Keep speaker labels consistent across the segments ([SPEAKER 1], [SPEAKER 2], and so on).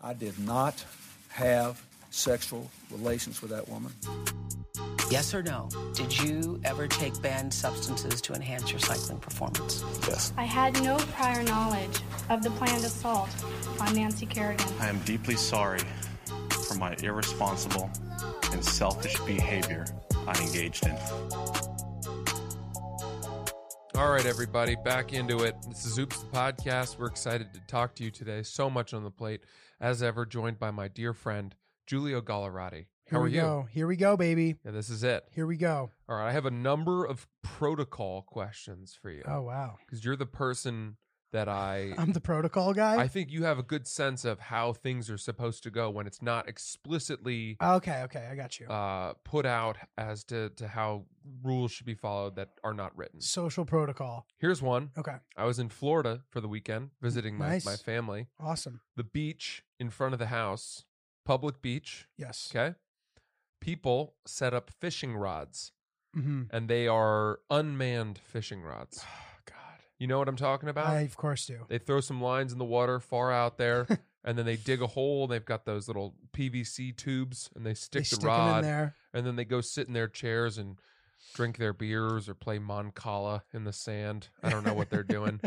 [SPEAKER 1] I did not have sexual relations with that woman.
[SPEAKER 2] Yes or no? Did you ever take banned substances to enhance your cycling performance?
[SPEAKER 3] Yes.
[SPEAKER 4] I had no prior knowledge of the planned assault on Nancy Kerrigan.
[SPEAKER 5] I am deeply sorry for my irresponsible and selfish behavior I engaged in.
[SPEAKER 6] All right, everybody, back into it. This is Oops the Podcast. We're excited to talk to you today. So much on the plate, as ever, joined by my dear friend, Giulio Gallerati. How
[SPEAKER 7] Here
[SPEAKER 6] are
[SPEAKER 7] we
[SPEAKER 6] you?
[SPEAKER 7] Go. Here we go, baby.
[SPEAKER 6] Yeah, this is it.
[SPEAKER 7] Here we go.
[SPEAKER 6] All right, I have a number of protocol questions for you
[SPEAKER 7] Oh wow.
[SPEAKER 6] because you're the person that I.
[SPEAKER 7] I'm the protocol guy.
[SPEAKER 6] I think you have a good sense of how things are supposed to go when it's not explicitly
[SPEAKER 7] okay, okay, I got you.
[SPEAKER 6] uh, put out as to, to how rules should be followed that are not written.
[SPEAKER 7] Social protocol.
[SPEAKER 6] Here's one.
[SPEAKER 7] Okay.
[SPEAKER 6] I was in Florida for the weekend visiting my,
[SPEAKER 7] Nice.
[SPEAKER 6] my family.
[SPEAKER 7] Awesome.
[SPEAKER 6] The beach in front of the house, public beach.
[SPEAKER 7] Yes.
[SPEAKER 6] Okay. People set up fishing rods
[SPEAKER 7] hmm
[SPEAKER 6] and they are unmanned fishing rods.
[SPEAKER 7] Oh, God.
[SPEAKER 6] You know what I'm talking about?
[SPEAKER 7] I of course do.
[SPEAKER 6] They throw some lines in the water far out there and then they dig a hole. They've got those little PVC tubes and they stick
[SPEAKER 7] they
[SPEAKER 6] the
[SPEAKER 7] stick 'em
[SPEAKER 6] rod
[SPEAKER 7] in there.
[SPEAKER 6] and then they go sit in their chairs and drink their beers or play moncala in the sand. I don't know what they're doing.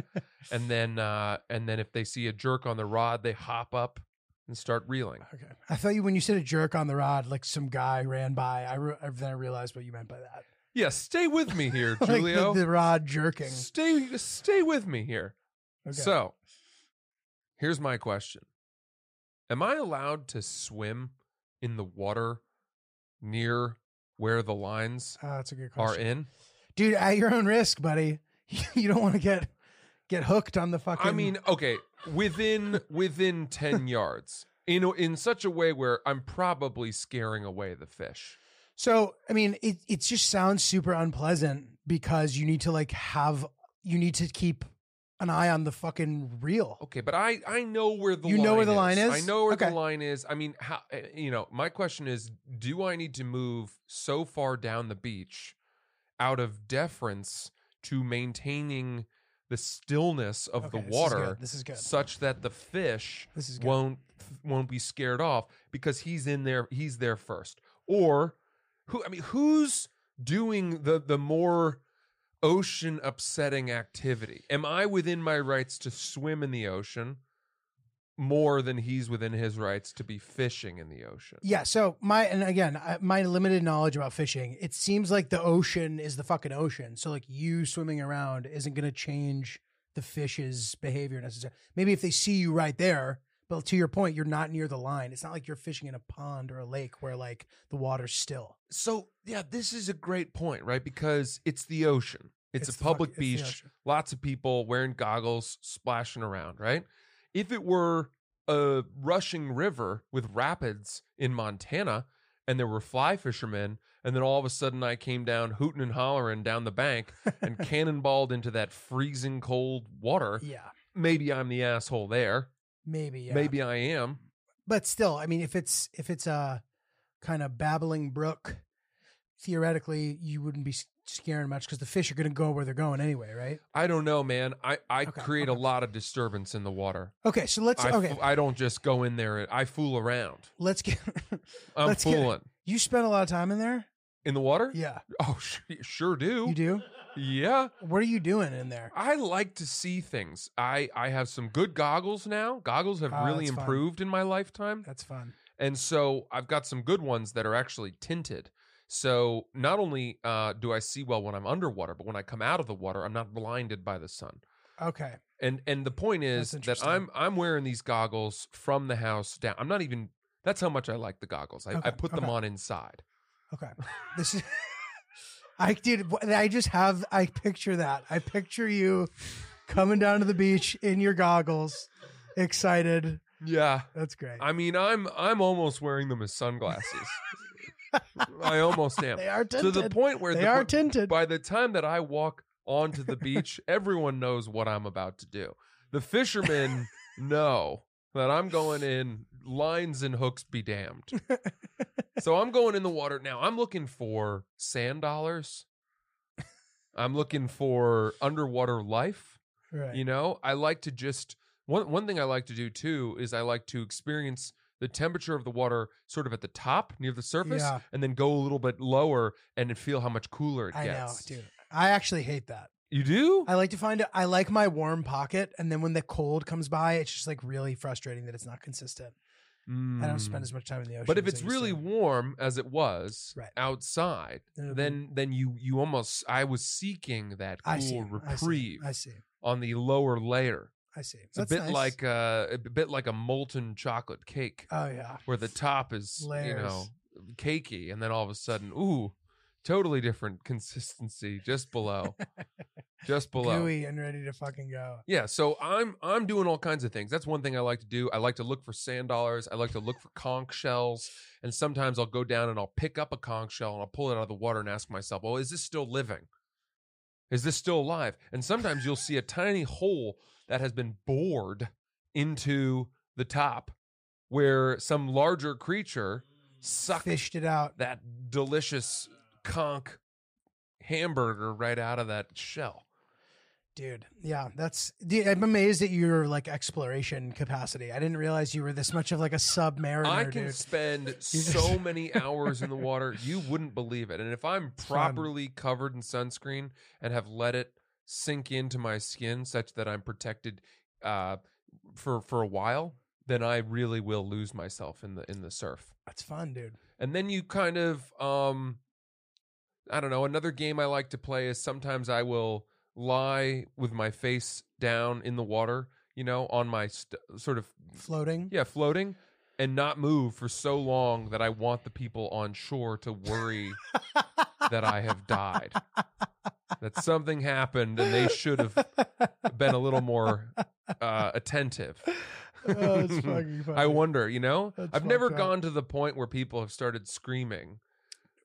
[SPEAKER 6] And then uh and then if they see a jerk on the rod, they hop up and start reeling.
[SPEAKER 7] Okay. I thought you when you said a jerk on the rod, like some guy ran by. I re- I- then I realized what you meant by that.
[SPEAKER 6] Yeah, stay with me here,
[SPEAKER 7] Like
[SPEAKER 6] Julio.
[SPEAKER 7] the, the rod jerking.
[SPEAKER 6] stay stay with me here.
[SPEAKER 7] Okay.
[SPEAKER 6] So, here's my question. Am I allowed to swim in the water near where the lines
[SPEAKER 7] Oh, that's a good
[SPEAKER 6] are
[SPEAKER 7] question,
[SPEAKER 6] in?
[SPEAKER 7] dude. At your own risk, buddy. you don't want to get get hooked on the fucking.
[SPEAKER 6] I mean, okay, within within ten yards, in in such a way where I'm probably scaring away the fish.
[SPEAKER 7] So, I mean, it it just sounds super unpleasant because you need to like have you need to keep an eye on the fucking reel.
[SPEAKER 6] Okay, but I I know where the
[SPEAKER 7] You
[SPEAKER 6] line
[SPEAKER 7] know where the line is?
[SPEAKER 6] I know where
[SPEAKER 7] Okay.
[SPEAKER 6] the line is. I mean, how eh, you know? My question is, do I need to move so far down the beach out of deference to maintaining the stillness of
[SPEAKER 7] Okay,
[SPEAKER 6] the
[SPEAKER 7] this is
[SPEAKER 6] water,
[SPEAKER 7] good, this is good.
[SPEAKER 6] such that the fish
[SPEAKER 7] This is good.
[SPEAKER 6] won't won't be scared off because he's in there. He's there first, or who? I mean, who's doing the the more ocean upsetting activity? Am I within my rights to swim in the ocean more than he's within his rights to be fishing in the ocean?
[SPEAKER 7] Yeah. So my and again, I- my limited knowledge about fishing, it seems like the ocean is the fucking ocean. So like you swimming around isn't going to change the fish's behavior necessarily. Maybe if they see you right there, but to your point, you're not near the line. It's not like you're fishing in a pond or a lake where like the water's still.
[SPEAKER 6] So yeah, this is a great point, right? Because it's the ocean. It's,
[SPEAKER 7] It's
[SPEAKER 6] a
[SPEAKER 7] the fuck-
[SPEAKER 6] public
[SPEAKER 7] it's the
[SPEAKER 6] beach.
[SPEAKER 7] ocean.
[SPEAKER 6] Lots of people wearing goggles, splashing around, right? If it were a rushing river with rapids in Montana and there were fly fishermen, and then all of a sudden I came down hooting and hollering down the bank and cannonballed into that freezing cold water,
[SPEAKER 7] Yeah.
[SPEAKER 6] maybe I'm the asshole there.
[SPEAKER 7] Maybe. Yeah.
[SPEAKER 6] Maybe I am.
[SPEAKER 7] but still, I mean, if it's if it's a kind of babbling brook, theoretically, you wouldn't be s- scaring much because the fish are going to go where they're going anyway, right?
[SPEAKER 6] I don't know, man. I, I
[SPEAKER 7] Okay,
[SPEAKER 6] create a lot of disturbance in the water.
[SPEAKER 7] Okay, so let's
[SPEAKER 6] I,
[SPEAKER 7] okay,
[SPEAKER 6] fo- I don't just go in there. and- I fool around.
[SPEAKER 7] let's get.
[SPEAKER 6] I'm
[SPEAKER 7] let's get-
[SPEAKER 6] fooling
[SPEAKER 7] you spent a lot of time in there.
[SPEAKER 6] in the water.
[SPEAKER 7] Yeah,
[SPEAKER 6] Oh, sh- sure do.
[SPEAKER 7] you do.
[SPEAKER 6] Yeah,
[SPEAKER 7] What are you doing in there?
[SPEAKER 6] I like to see things. I I have some good goggles now. Goggles have
[SPEAKER 7] Ah,
[SPEAKER 6] really
[SPEAKER 7] that's fine.
[SPEAKER 6] improved in my lifetime,
[SPEAKER 7] That's fun.
[SPEAKER 6] and so I've got some good ones that are actually tinted. So not only uh, do I see well when I'm underwater, but when I come out of the water, I'm not blinded by the sun.
[SPEAKER 7] Okay,
[SPEAKER 6] And and the point is
[SPEAKER 7] That's
[SPEAKER 6] that
[SPEAKER 7] interesting.
[SPEAKER 6] I'm I'm wearing these goggles from the house down. I'm not even. That's how much I like the goggles. I, I
[SPEAKER 7] Okay,
[SPEAKER 6] put them
[SPEAKER 7] okay.
[SPEAKER 6] on inside.
[SPEAKER 7] okay. This is. I did. I just have. I picture that. I picture you coming down to the beach in your goggles, excited.
[SPEAKER 6] Yeah.
[SPEAKER 7] That's great.
[SPEAKER 6] I mean, I'm I'm almost wearing them as sunglasses. I almost am.
[SPEAKER 7] They are
[SPEAKER 6] to the
[SPEAKER 7] tinted.
[SPEAKER 6] point where
[SPEAKER 7] They
[SPEAKER 6] the
[SPEAKER 7] are
[SPEAKER 6] point-
[SPEAKER 7] tinted.
[SPEAKER 6] By the time that I walk onto the beach, everyone knows what I'm about to do. The fishermen know that I'm going in lines and hooks be damned. so I'm going in the water now. I'm looking for sand dollars. I'm looking for underwater life.
[SPEAKER 7] right.
[SPEAKER 6] You know, I like to just One one thing I like to do too is I like to experience the temperature of the water sort of at the top near the surface,
[SPEAKER 7] Yeah.
[SPEAKER 6] and then go a little bit lower and then feel how much cooler it
[SPEAKER 7] I know,
[SPEAKER 6] gets.
[SPEAKER 7] dude. I actually hate that.
[SPEAKER 6] You do?
[SPEAKER 7] I like to find it. I like my warm pocket, and then when the cold comes by, it's just like really frustrating that it's not consistent. I don't spend as much time in the ocean.
[SPEAKER 6] Mm. But if
[SPEAKER 7] as I
[SPEAKER 6] it's
[SPEAKER 7] used to.
[SPEAKER 6] really warm as it was
[SPEAKER 7] Right. Mm-hmm.
[SPEAKER 6] outside,
[SPEAKER 7] It'll be-
[SPEAKER 6] then then you you almost I was seeking that cool
[SPEAKER 7] I see, I see,
[SPEAKER 6] reprieve
[SPEAKER 7] I see.
[SPEAKER 6] on the lower layer.
[SPEAKER 7] I see.
[SPEAKER 6] It's a bit like uh, a bit like a molten chocolate cake,
[SPEAKER 7] oh yeah,
[SPEAKER 6] where the top is you
[SPEAKER 7] Layers.
[SPEAKER 6] know cakey, and then all of a sudden, ooh, totally different consistency just below, just below.
[SPEAKER 7] gooey and ready to fucking go.
[SPEAKER 6] Yeah, so I'm I'm doing all kinds of things. That's one thing I like to do. I like to look for sand dollars. I like to look for conch shells, and sometimes I'll go down and I'll pick up a conch shell and I'll pull it out of the water and ask myself, "Well, is this still living? Is this still alive?" And sometimes you'll see a tiny hole that has been bored into the top, where some larger creature sucked
[SPEAKER 7] Fished it out.
[SPEAKER 6] that delicious conch hamburger right out of that shell.
[SPEAKER 7] Dude, yeah, that's. dude, I'm amazed at your like exploration capacity. I didn't realize you were this much of like a submariner.
[SPEAKER 6] I can
[SPEAKER 7] dude.
[SPEAKER 6] spend
[SPEAKER 7] just-
[SPEAKER 6] so many hours in the water, you wouldn't believe it. And if I'm
[SPEAKER 7] fun.
[SPEAKER 6] properly covered in sunscreen and have let it sink into my skin such that I'm protected uh, for for a while, then I really will lose myself in the in the surf.
[SPEAKER 7] That's fun, dude.
[SPEAKER 6] And then you kind of um I don't know, another game I like to play is sometimes I will lie with my face down in the water, you know, on my st- sort of
[SPEAKER 7] Floating.
[SPEAKER 6] yeah, floating and not move for so long that I want the people on shore to worry that I have died. That something happened and they should have been a little more uh, attentive.
[SPEAKER 7] oh, it's fucking funny.
[SPEAKER 6] I wonder, you know?
[SPEAKER 7] That's
[SPEAKER 6] I've never
[SPEAKER 7] fucked up.
[SPEAKER 6] gone to the point where people have started screaming.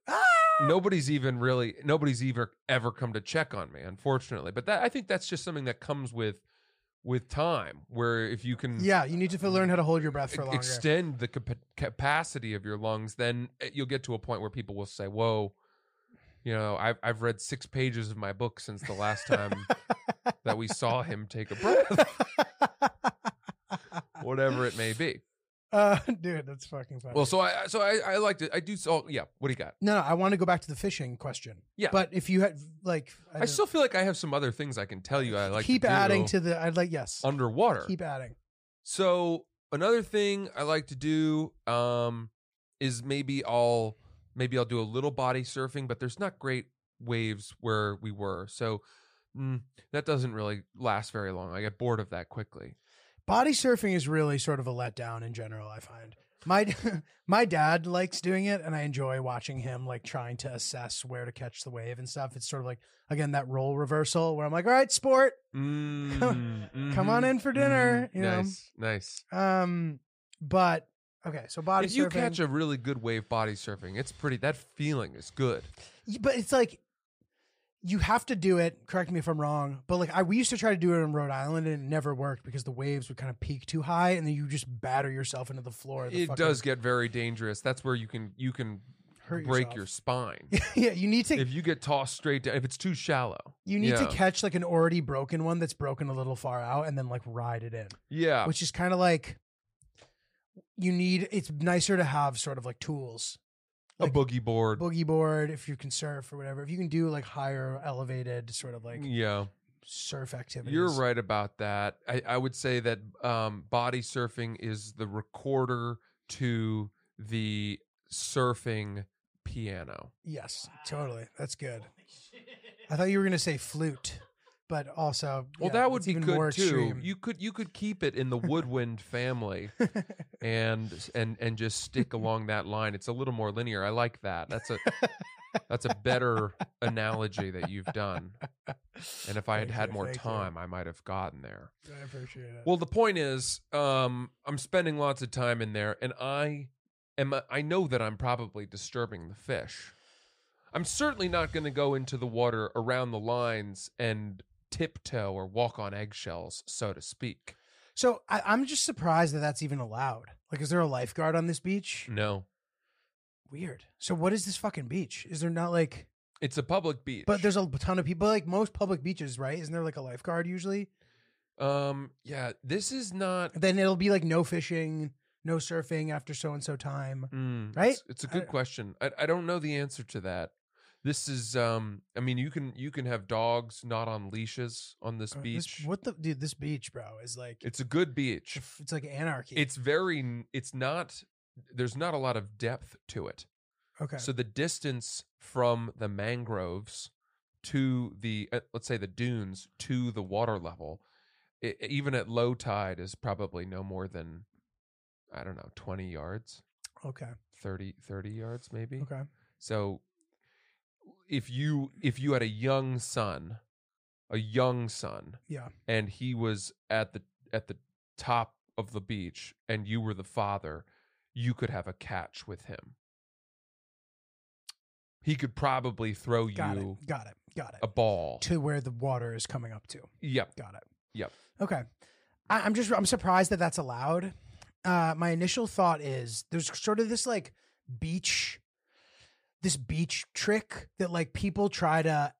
[SPEAKER 7] Ah!
[SPEAKER 6] Nobody's even really nobody's ever ever come to check on me, unfortunately. But that I think that's just something that comes with with time where if you can
[SPEAKER 7] Yeah, you need to learn how to hold your breath for
[SPEAKER 6] e-
[SPEAKER 7] longer.
[SPEAKER 6] extend the capa- capacity of your lungs, then eh, you'll get to a point where people will say, "Whoa, you know, I've I've read six pages of my book since the last time that we saw him take a breath, whatever it may be."
[SPEAKER 7] Uh, dude, that's fucking funny.
[SPEAKER 6] Well, so I so I, I like to I do so yeah. What do you got?
[SPEAKER 7] no, no, I want to go back to the fishing question.
[SPEAKER 6] Yeah.
[SPEAKER 7] but if you had like,
[SPEAKER 6] I,
[SPEAKER 7] don't-
[SPEAKER 6] still feel like I have some other things I can tell you. I like
[SPEAKER 7] keep
[SPEAKER 6] to do
[SPEAKER 7] adding to the. I'd like yes,
[SPEAKER 6] underwater.
[SPEAKER 7] keep adding.
[SPEAKER 6] So another thing I like to do um, is maybe I'll maybe I'll do a little body surfing, but there's not great waves where we were, so mm, that doesn't really last very long. I get bored of that quickly.
[SPEAKER 7] Body surfing is really sort of a letdown in general. I find my my dad likes doing it, and I enjoy watching him like trying to assess where to catch the wave and stuff. It's sort of like again that role reversal where I'm like, all right, sport.
[SPEAKER 6] Mm,
[SPEAKER 7] come on
[SPEAKER 6] mhm,
[SPEAKER 7] in for dinner,
[SPEAKER 6] mhm.
[SPEAKER 7] you know.
[SPEAKER 6] nice, nice.
[SPEAKER 7] Um, but okay, so body
[SPEAKER 6] if you
[SPEAKER 7] surfing.
[SPEAKER 6] catch a really good wave body surfing, it's pretty. That feeling is good.
[SPEAKER 7] Y- but it's like you have to do it correct me if i'm wrong but like i we used to try to do it in rhode island and it never worked because the waves would kind of peak too high and then you just batter yourself into the floor of the
[SPEAKER 6] It
[SPEAKER 7] fucking-
[SPEAKER 6] does get very dangerous. That's where you can you can
[SPEAKER 7] Hurt
[SPEAKER 6] break
[SPEAKER 7] yourself.
[SPEAKER 6] your spine
[SPEAKER 7] yeah you need to
[SPEAKER 6] if you get tossed straight down. If it's too shallow,
[SPEAKER 7] you need to
[SPEAKER 6] yeah.
[SPEAKER 7] catch like an already broken one that's broken a little far out and then like ride it in
[SPEAKER 6] yeah.
[SPEAKER 7] which is kind of like you need it's nicer to have sort of like tools
[SPEAKER 6] a boogie board.
[SPEAKER 7] boogie board if you can surf or whatever if you can do like higher elevated sort of like
[SPEAKER 6] yeah,
[SPEAKER 7] surf activities
[SPEAKER 6] Mm, you're right about that. I, I would say that um, body surfing is the recorder to the surfing piano.
[SPEAKER 7] Yes, totally. That's good. I thought you were going to say flute, but also
[SPEAKER 6] Well,
[SPEAKER 7] yeah,
[SPEAKER 6] that would
[SPEAKER 7] it's
[SPEAKER 6] be
[SPEAKER 7] even
[SPEAKER 6] good
[SPEAKER 7] more
[SPEAKER 6] too.
[SPEAKER 7] extreme.
[SPEAKER 6] You could you could keep it in the woodwind family and and and just stick along that line. It's a little more linear. I like that. That's a that's a better analogy that you've done. And if I had
[SPEAKER 7] Thank
[SPEAKER 6] had
[SPEAKER 7] you,
[SPEAKER 6] more
[SPEAKER 7] thank you.
[SPEAKER 6] time, I might have gotten there.
[SPEAKER 7] I appreciate it.
[SPEAKER 6] Well, the point is, um, I'm spending lots of time in there, and I am. I know that I'm probably disturbing the fish. I'm certainly not going to go into the water around the lines and tiptoe or walk on eggshells, so to speak.
[SPEAKER 7] so I, I'm just surprised that that's even allowed. Like, is there a lifeguard on this beach?
[SPEAKER 6] No,
[SPEAKER 7] Weird. So, what is this fucking beach? Is there not like?
[SPEAKER 6] it's a public beach.
[SPEAKER 7] But there's a ton of people. Like most public beaches, right? Isn't there like a lifeguard usually?
[SPEAKER 6] Um, yeah, this is not.
[SPEAKER 7] Then it'll be like no fishing, no surfing after so and so time.
[SPEAKER 6] Mm,
[SPEAKER 7] Right?
[SPEAKER 6] It's, it's a good
[SPEAKER 7] I-
[SPEAKER 6] question. I, I don't know the answer to that. This is um I mean you can you can have dogs not on leashes on this
[SPEAKER 7] Uh, this-
[SPEAKER 6] beach.
[SPEAKER 7] what the dude? This beach, bro, is like
[SPEAKER 6] it's a good beach.
[SPEAKER 7] f- it's like anarchy.
[SPEAKER 6] It's very n- it's not there's not a lot of depth to it.
[SPEAKER 7] okay.
[SPEAKER 6] So the distance from the mangroves to the uh, let's say the dunes to the water level i even at low tide is probably no more than I don't know 20 yards,
[SPEAKER 7] okay.
[SPEAKER 6] 30 30 yards maybe.
[SPEAKER 7] Okay.
[SPEAKER 6] So if you if you had a young son, a young son,
[SPEAKER 7] Yeah.
[SPEAKER 6] and he was at the at the top of the beach and you were the father, you could have a catch with him. He could probably throw
[SPEAKER 7] Got
[SPEAKER 6] you
[SPEAKER 7] it. Got it. Got it.
[SPEAKER 6] a ball.
[SPEAKER 7] to where the water is coming up to.
[SPEAKER 6] yep.
[SPEAKER 7] Got it.
[SPEAKER 6] Yep.
[SPEAKER 7] Okay. I, I'm just I'm surprised that that's allowed. Uh, my initial thought is there's sort of this like beach, this beach trick that like people try to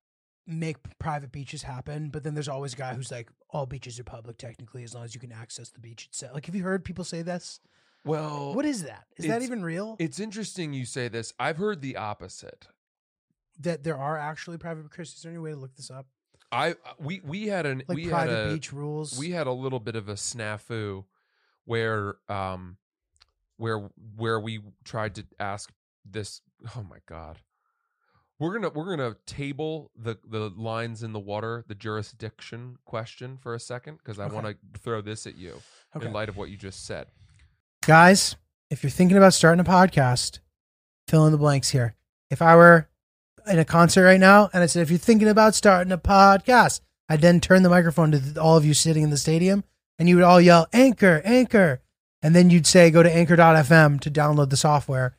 [SPEAKER 7] make private beaches happen, but then there's always a guy who's like all beaches are public technically as long as you can access the beach itself. Like, have you heard people say this?
[SPEAKER 6] Well,
[SPEAKER 7] What is that? Is that
[SPEAKER 6] it's-
[SPEAKER 7] even real?
[SPEAKER 6] it's interesting you say this. I've heard the opposite.
[SPEAKER 7] that there are actually private. Chris, is there any way to look this up?
[SPEAKER 6] I uh, we we had an
[SPEAKER 7] Like
[SPEAKER 6] we had
[SPEAKER 7] private
[SPEAKER 6] a,
[SPEAKER 7] beach rules.
[SPEAKER 6] we had a little bit of a snafu where um where where we tried to ask this oh my god we're gonna we're gonna table the the lines in the water the jurisdiction question for a second because i
[SPEAKER 7] Okay.
[SPEAKER 6] want to throw this at you
[SPEAKER 7] Okay.
[SPEAKER 6] in light of what you just said
[SPEAKER 7] Guys, if you're thinking about starting a podcast, fill in the blanks here. If I were in a concert right now and I said, if you're thinking about starting a podcast, I'd then turn the microphone to th- all of you sitting in the stadium and you would all yell, Anchor, Anchor. And then you'd say, go to anchor.fm to download the software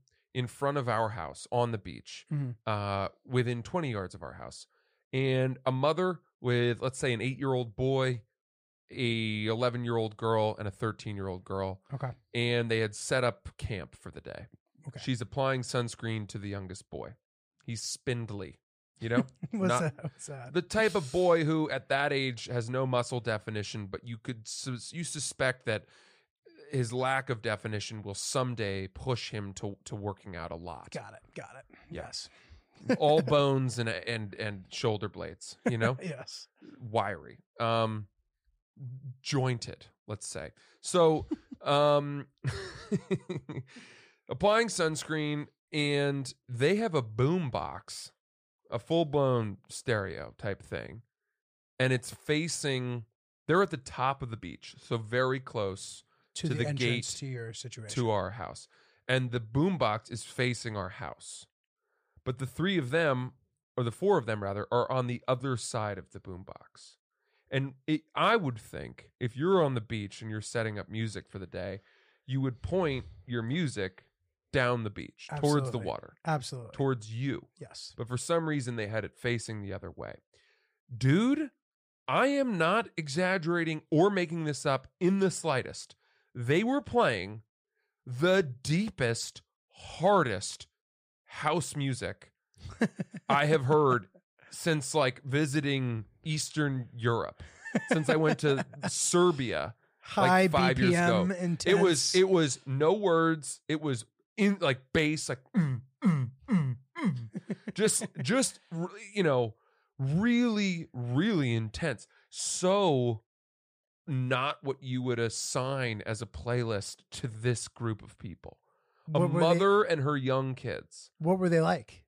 [SPEAKER 6] in front of our house on the beach
[SPEAKER 7] Mhm.
[SPEAKER 6] uh, within 20 yards of our house and a mother with let's say an 8-year-old boy a 11-year-old girl and a 13-year-old girl
[SPEAKER 7] Okay.
[SPEAKER 6] and they had set up camp for the day.
[SPEAKER 7] Okay.
[SPEAKER 6] She's applying sunscreen to the youngest boy. He's spindly, you know?
[SPEAKER 7] What's
[SPEAKER 6] Not-
[SPEAKER 7] that? What's that?
[SPEAKER 6] the type of boy who at that age has no muscle definition, but you could sus- you suspect that his lack of definition will someday push him to to working out a lot.
[SPEAKER 7] got it. Got it. Yes.
[SPEAKER 6] All bones and and and shoulder blades, you know?
[SPEAKER 7] Yes.
[SPEAKER 6] wiry um jointed let's say so um applying sunscreen and they have a boom box a full-blown stereo type thing and it's facing they're at the top of the beach so very close
[SPEAKER 7] To,
[SPEAKER 6] To
[SPEAKER 7] the,
[SPEAKER 6] the
[SPEAKER 7] entrance
[SPEAKER 6] gate
[SPEAKER 7] to your situation.
[SPEAKER 6] to our house and the boom box is facing our house but the three of them or the four of them rather are on the other side of the boom box and it, i would think if you're on the beach and you're setting up music for the day you would point your music down the beach towards the
[SPEAKER 7] Absolutely.
[SPEAKER 6] water
[SPEAKER 7] Absolutely.
[SPEAKER 6] towards you
[SPEAKER 7] yes.
[SPEAKER 6] but for some reason they had it facing the other way. Dude, I am not exaggerating or making this up in the slightest. They were playing the deepest, hardest house music I have heard since like visiting Eastern Europe, since I went to Serbia.
[SPEAKER 7] High
[SPEAKER 6] five years
[SPEAKER 7] BPM
[SPEAKER 6] ago.
[SPEAKER 7] intense.
[SPEAKER 6] It was it was no words. It was in like bass, like mm, mm, mm, mm. just just re- you know, really really intense. So not what you would assign as a playlist to this group of people. A
[SPEAKER 7] What were they-
[SPEAKER 6] mother and her young kids.
[SPEAKER 7] what were they like?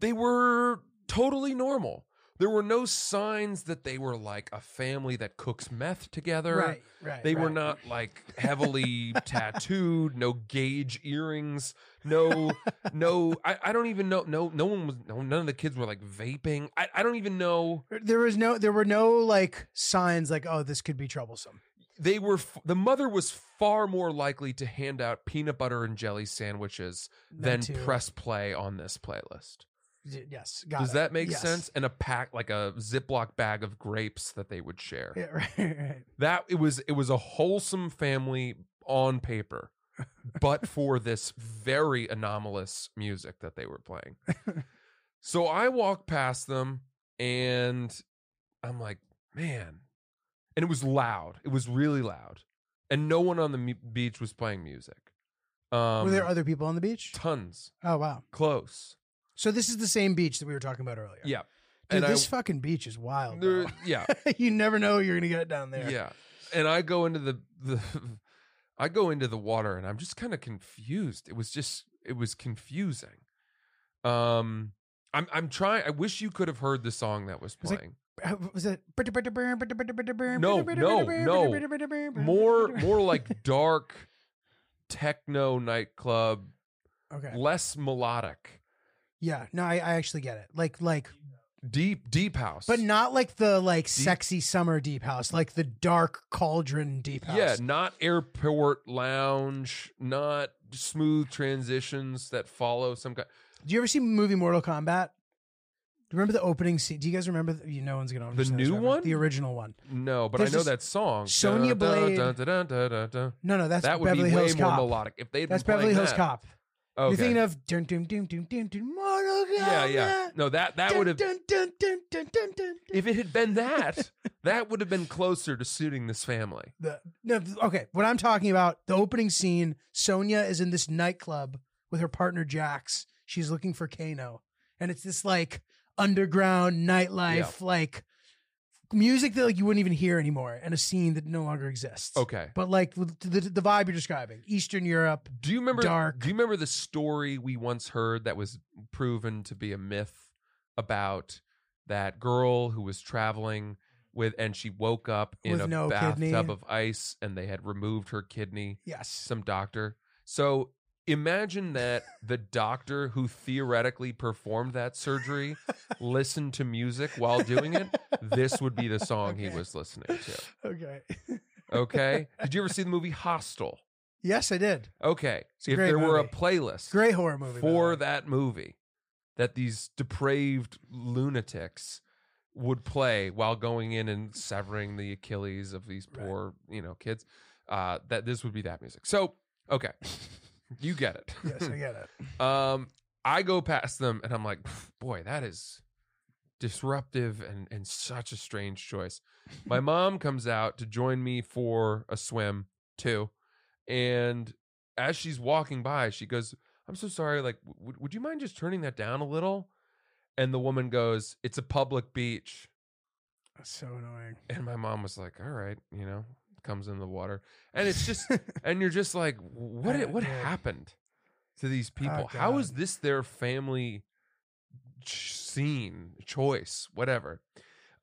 [SPEAKER 6] They were totally normal. There were no signs that they were like a family that cooks meth together.
[SPEAKER 7] Right. Right.
[SPEAKER 6] They were
[SPEAKER 7] right.
[SPEAKER 6] not like heavily tattooed, no gauge earrings, no, no. I, I don't even know. No, no one was. No, none of the kids were like vaping. I, I don't even know.
[SPEAKER 7] There was no. There were no like signs like, oh, this could be troublesome.
[SPEAKER 6] they were f- the mother was far more likely to hand out peanut butter and jelly sandwiches than
[SPEAKER 7] That too.
[SPEAKER 6] press play on this playlist.
[SPEAKER 7] Y- Yes. Got
[SPEAKER 6] Does
[SPEAKER 7] it.
[SPEAKER 6] that make
[SPEAKER 7] Yes.
[SPEAKER 6] sense? And a pack like a Ziploc bag of grapes that they would share.
[SPEAKER 7] Yeah, right, right, right.
[SPEAKER 6] That it was it was a wholesome family on paper, but for this very anomalous music that they were playing. so I walked past them and I'm like, man. And it was loud. It was really loud. And no one on the mu- beach was playing music. Um
[SPEAKER 7] Were there other people on the beach?
[SPEAKER 6] tons
[SPEAKER 7] Oh wow.
[SPEAKER 6] close.
[SPEAKER 7] So this is the same beach that we were talking about earlier.
[SPEAKER 6] Yeah.
[SPEAKER 7] Dude,
[SPEAKER 6] and
[SPEAKER 7] this fucking beach is
[SPEAKER 6] I
[SPEAKER 7] wild.
[SPEAKER 6] there,
[SPEAKER 7] bro.
[SPEAKER 6] yeah.
[SPEAKER 7] you never know what you're gonna get down there.
[SPEAKER 6] Yeah. And I go into the, the I go into the water and I'm just kind of confused. It was just it was confusing. Um I'm I'm trying I wish you could have heard the song that was
[SPEAKER 7] It's like-
[SPEAKER 6] playing.
[SPEAKER 7] Uh, Was it?
[SPEAKER 6] No, no, no. More more like dark techno nightclub,
[SPEAKER 7] Okay.
[SPEAKER 6] less melodic.
[SPEAKER 7] Yeah. No, I, I actually get it. Like like,
[SPEAKER 6] Deep deep house.
[SPEAKER 7] but not like the like sexy summer deep house, like the dark cauldron deep house.
[SPEAKER 6] Yeah, not airport lounge, not smooth transitions that follow some kind.
[SPEAKER 7] Do you ever see the movie Mortal Kombat? Do you remember the opening scene? Do you guys remember? The, you, no one's gonna understand this
[SPEAKER 6] new
[SPEAKER 7] reference.
[SPEAKER 6] one?
[SPEAKER 7] the original one.
[SPEAKER 6] No, but
[SPEAKER 7] There's
[SPEAKER 6] I know
[SPEAKER 7] this
[SPEAKER 6] that song.
[SPEAKER 7] Sonya Blade- No, no, that's
[SPEAKER 6] That would
[SPEAKER 7] Beverly
[SPEAKER 6] be way
[SPEAKER 7] Hills
[SPEAKER 6] more
[SPEAKER 7] Cop.
[SPEAKER 6] melodic if they.
[SPEAKER 7] That's Beverly Hills Cop.
[SPEAKER 6] Okay.
[SPEAKER 7] You're thinking of dun dun dun dun dun dun Mortal Kombat.
[SPEAKER 6] yeah, yeah. No, that that
[SPEAKER 7] Dun,
[SPEAKER 6] would have.
[SPEAKER 7] dun, dun, dun, dun, dun, dun.
[SPEAKER 6] If it had been that, that would have been closer to suiting this family.
[SPEAKER 7] the no okay what i'm talking about the opening scene sonia is in this nightclub with her partner jax she's looking for kano and it's this like underground nightlife like music that like you wouldn't even hear anymore and a scene that no longer exists
[SPEAKER 6] Okay.
[SPEAKER 7] but like with the, the vibe you're describing eastern europe
[SPEAKER 6] Do you remember?
[SPEAKER 7] Dark.
[SPEAKER 6] Do you remember the story we once heard that was proven to be a myth about that girl who was traveling with, and she woke up in
[SPEAKER 7] With
[SPEAKER 6] a
[SPEAKER 7] no
[SPEAKER 6] bathtub
[SPEAKER 7] kidney.
[SPEAKER 6] of ice, and they had removed her kidney.
[SPEAKER 7] yes
[SPEAKER 6] some doctor. So imagine that the doctor who theoretically performed that surgery listened to music while doing it. This would be the song he
[SPEAKER 7] Okay.
[SPEAKER 6] was listening to.
[SPEAKER 7] okay
[SPEAKER 6] Okay. Did you ever see the movie Hostel?
[SPEAKER 7] yes i did
[SPEAKER 6] Okay.
[SPEAKER 7] a
[SPEAKER 6] if
[SPEAKER 7] great
[SPEAKER 6] there were a
[SPEAKER 7] movie.
[SPEAKER 6] playlist
[SPEAKER 7] great horror movie by the
[SPEAKER 6] for
[SPEAKER 7] way.
[SPEAKER 6] that movie that these depraved lunatics would play while going in and severing the Achilles of these
[SPEAKER 7] Right.
[SPEAKER 6] poor, you know, kids, uh, that this would be that music. So, okay. You get it.
[SPEAKER 7] yes i get it
[SPEAKER 6] Um, I go past them and I'm like, boy, that is disruptive and, and such a strange choice. My mom comes out to join me for a swim too. And as she's walking by, she goes, I'm so sorry. Like, w- would you mind just turning that down a little? And the woman goes, It's a public beach.
[SPEAKER 7] That's so annoying
[SPEAKER 6] And my mom was like, All right, you know, comes in the water. And it's just, and you're just like, what
[SPEAKER 7] Yeah,
[SPEAKER 6] it- what
[SPEAKER 7] dude.
[SPEAKER 6] happened to these people?
[SPEAKER 7] Oh,
[SPEAKER 6] How is
[SPEAKER 7] God.
[SPEAKER 6] this their family ch- scene choice, whatever?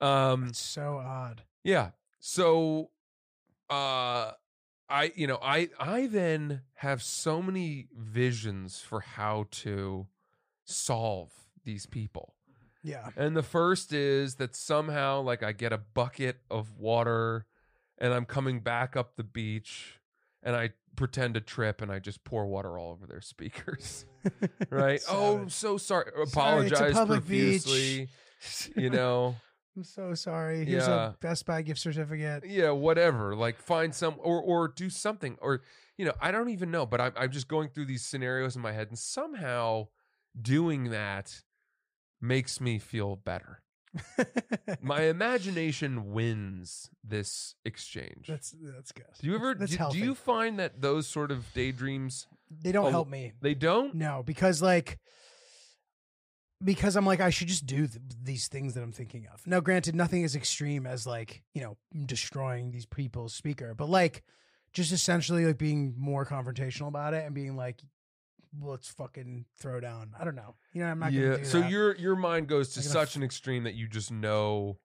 [SPEAKER 6] Um,
[SPEAKER 7] it's so odd
[SPEAKER 6] yeah. So, uh, I you know I I then have so many visions for how to solve these people.
[SPEAKER 7] yeah
[SPEAKER 6] And the first is that somehow, like, I get a bucket of water and I'm coming back up the beach and I pretend to trip and I just pour water all over their speakers. Right? oh, I'm
[SPEAKER 7] Savage.
[SPEAKER 6] so sorry.
[SPEAKER 7] it's a
[SPEAKER 6] Apologize
[SPEAKER 7] public beach.
[SPEAKER 6] profusely. You know,
[SPEAKER 7] I'm so sorry. Here's
[SPEAKER 6] Yeah.
[SPEAKER 7] a Best Buy gift certificate.
[SPEAKER 6] yeah, whatever. Like, find some or or do something or you know, I don't even know. But I'm I'm just going through these scenarios in my head and somehow doing that makes me feel better. my imagination wins this exchange.
[SPEAKER 7] that's that's good.
[SPEAKER 6] do you ever
[SPEAKER 7] That's
[SPEAKER 6] do, do
[SPEAKER 7] healthy.
[SPEAKER 6] you find that those sort of daydreams
[SPEAKER 7] They don't
[SPEAKER 6] Oh,
[SPEAKER 7] help me.
[SPEAKER 6] they don't?
[SPEAKER 7] No, because like because I'm like I should just do th- these things that I'm thinking of. Now, granted, nothing as extreme as like you know destroying these people's speaker, but like just essentially like being more confrontational about it and being like, let's fucking throw down. I don't know. You know, I'm not. Gonna do
[SPEAKER 6] so
[SPEAKER 7] that.
[SPEAKER 6] your your mind goes to
[SPEAKER 7] I'm gonna
[SPEAKER 6] such
[SPEAKER 7] f-
[SPEAKER 6] an extreme that you just know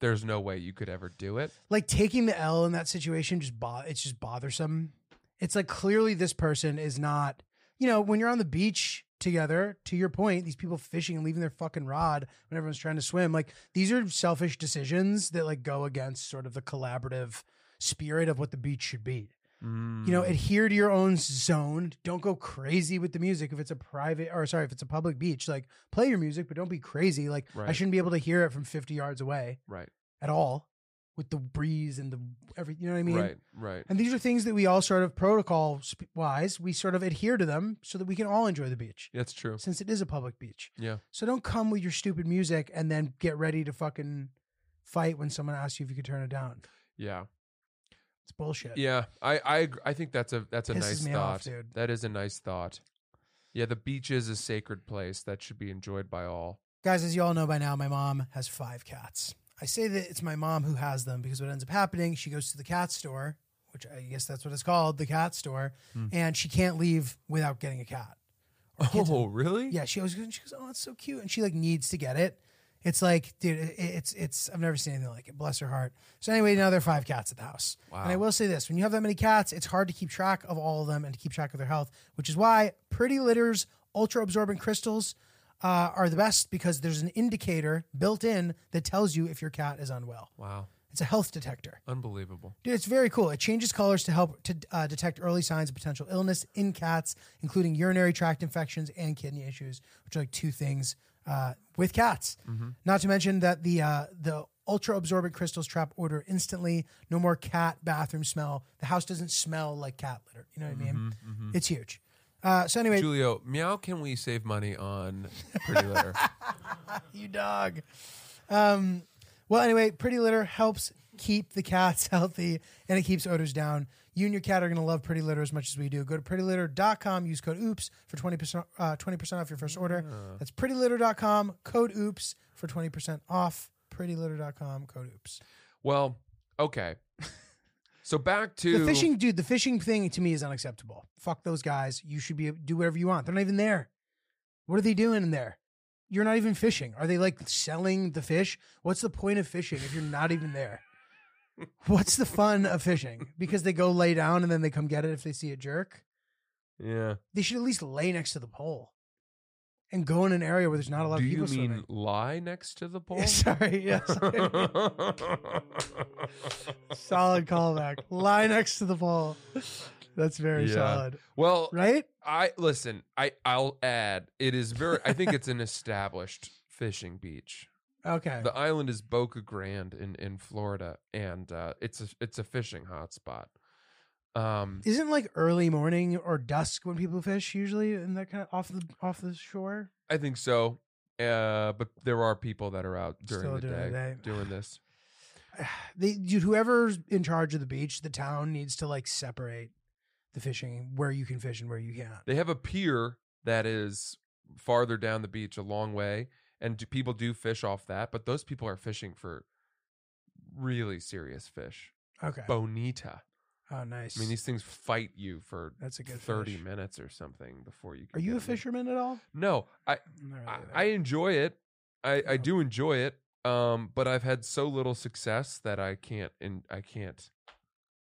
[SPEAKER 6] there's no way you could ever do it.
[SPEAKER 7] like taking the L in that situation just bo- it's just bothersome. It's like clearly this person is not, you know, when you're on the beach together, to your point, these people fishing and leaving their fucking rod when everyone's trying to swim, like these are selfish decisions that like go against sort of the collaborative spirit of what the beach should be. You know, adhere to your own zone. Don't go crazy with the music if it's a private or sorry, if it's a public beach. Like play your music, but don't be crazy. Like I
[SPEAKER 6] Right.
[SPEAKER 7] shouldn't be able to hear it from 50 yards away
[SPEAKER 6] right,
[SPEAKER 7] at all with the breeze and the every you know what I mean?
[SPEAKER 6] right, right.
[SPEAKER 7] And these are things that we all sort of protocol sp- wise, we sort of adhere to them so that we can all enjoy the beach
[SPEAKER 6] That's true.
[SPEAKER 7] since it is a public beach.
[SPEAKER 6] Yeah.
[SPEAKER 7] So don't come with your stupid music and then get ready to fucking fight when someone asks you if you could turn it down.
[SPEAKER 6] Yeah.
[SPEAKER 7] It's bullshit.
[SPEAKER 6] Yeah, I I ag- I think that's a that's a
[SPEAKER 7] Pisses
[SPEAKER 6] nice
[SPEAKER 7] me
[SPEAKER 6] thought.
[SPEAKER 7] off, dude.
[SPEAKER 6] That is a nice thought. Yeah, the beach is a sacred place that should be enjoyed by all.
[SPEAKER 7] Guys, as you all know by now, my mom has five cats. I say that it's my mom who has them because what ends up happening, she goes to the cat store, which I guess that's what it's called, the cat store,
[SPEAKER 6] Hmm.
[SPEAKER 7] and she can't leave without getting a cat. or a kitten.
[SPEAKER 6] Oh, really?
[SPEAKER 7] Yeah, she always goes and she goes, "Oh, it's so cute," and she like needs to get it. It's like, dude, it, it's it's. I've never seen anything like it. Bless her heart. So anyway, now there are five cats at the house. And I will say this: when you have that many cats, it's hard to keep track of all of them and to keep track of their health, which is why pretty litters, ultra absorbent crystals. Uh, are the best because there's an indicator built in that tells you if your cat is unwell.
[SPEAKER 6] Wow,
[SPEAKER 7] It's a health detector.
[SPEAKER 6] unbelievable.
[SPEAKER 7] Dude, it's very cool. It changes colors to help to uh, detect early signs of potential illness in cats, including urinary tract infections and kidney issues, which are like two things uh, with cats. Not to mention that the uh, the ultra absorbent crystals trap odor instantly. No more cat bathroom smell. The house doesn't smell like cat litter. You know what I mean? It's huge. Uh, so anyway,
[SPEAKER 6] Julio, meow. Can we save money on pretty litter?
[SPEAKER 7] you dog. Um, well, anyway, Pretty Litter helps keep the cats healthy and it keeps odors down. You and your cat are going to love Pretty Litter as much as we do. Go to prettylitter.com, use code OOPS for 20%, uh, 20% off your first order. That's prettylitter.com, code OOPS for 20% off. Prettylitter.com, code OOPS.
[SPEAKER 6] well, okay. So back to
[SPEAKER 7] The fishing, dude, the fishing thing to me is unacceptable. Fuck those guys. You should be do whatever you want. They're not even there. What are they doing in there? You're not even fishing. Are they like selling the fish? What's the point of fishing if you're not even there? What's the fun of fishing? Because they go lay down and then they come get it if they see a jerk.
[SPEAKER 6] Yeah.
[SPEAKER 7] They should at least lay next to the pole and go in an area where there's not a lot
[SPEAKER 6] Do
[SPEAKER 7] of
[SPEAKER 6] you
[SPEAKER 7] people
[SPEAKER 6] mean
[SPEAKER 7] swimming.
[SPEAKER 6] lie next to the pole?
[SPEAKER 7] Sorry, yes. solid callback. Lie next to the pole. That's very
[SPEAKER 6] Yeah.
[SPEAKER 7] solid.
[SPEAKER 6] well,
[SPEAKER 7] Right?
[SPEAKER 6] I listen. I I'll add. It is very. I think it's an established fishing beach.
[SPEAKER 7] Okay.
[SPEAKER 6] The island is Boca Grande in in Florida, and uh, it's a it's a fishing hotspot. Um,
[SPEAKER 7] Isn't like early morning or dusk when people fish usually, and that kind of off the off the shore.
[SPEAKER 6] I think so. Uh, but there are people that are out during
[SPEAKER 7] Still
[SPEAKER 6] the
[SPEAKER 7] doing
[SPEAKER 6] day,
[SPEAKER 7] it, eh?
[SPEAKER 6] doing this.
[SPEAKER 7] They, dude, whoever's in charge of the beach, the town needs to like separate the fishing where you can fish and where you can't.
[SPEAKER 6] They have a pier that is farther down the beach, a long way, and do, people do fish off that. But those people are fishing for really serious fish,
[SPEAKER 7] Okay.
[SPEAKER 6] bonita.
[SPEAKER 7] Oh, nice.
[SPEAKER 6] I mean, these things fight you for
[SPEAKER 7] That's a good
[SPEAKER 6] thirty
[SPEAKER 7] fish.
[SPEAKER 6] minutes or something before you. Can
[SPEAKER 7] Are you
[SPEAKER 6] get
[SPEAKER 7] a
[SPEAKER 6] them in.
[SPEAKER 7] fisherman at all?
[SPEAKER 6] No, I
[SPEAKER 7] Not really,
[SPEAKER 6] I,
[SPEAKER 7] though. Oh.
[SPEAKER 6] I enjoy it. I, I do enjoy it. Um, but I've had so little success that I can't and I can't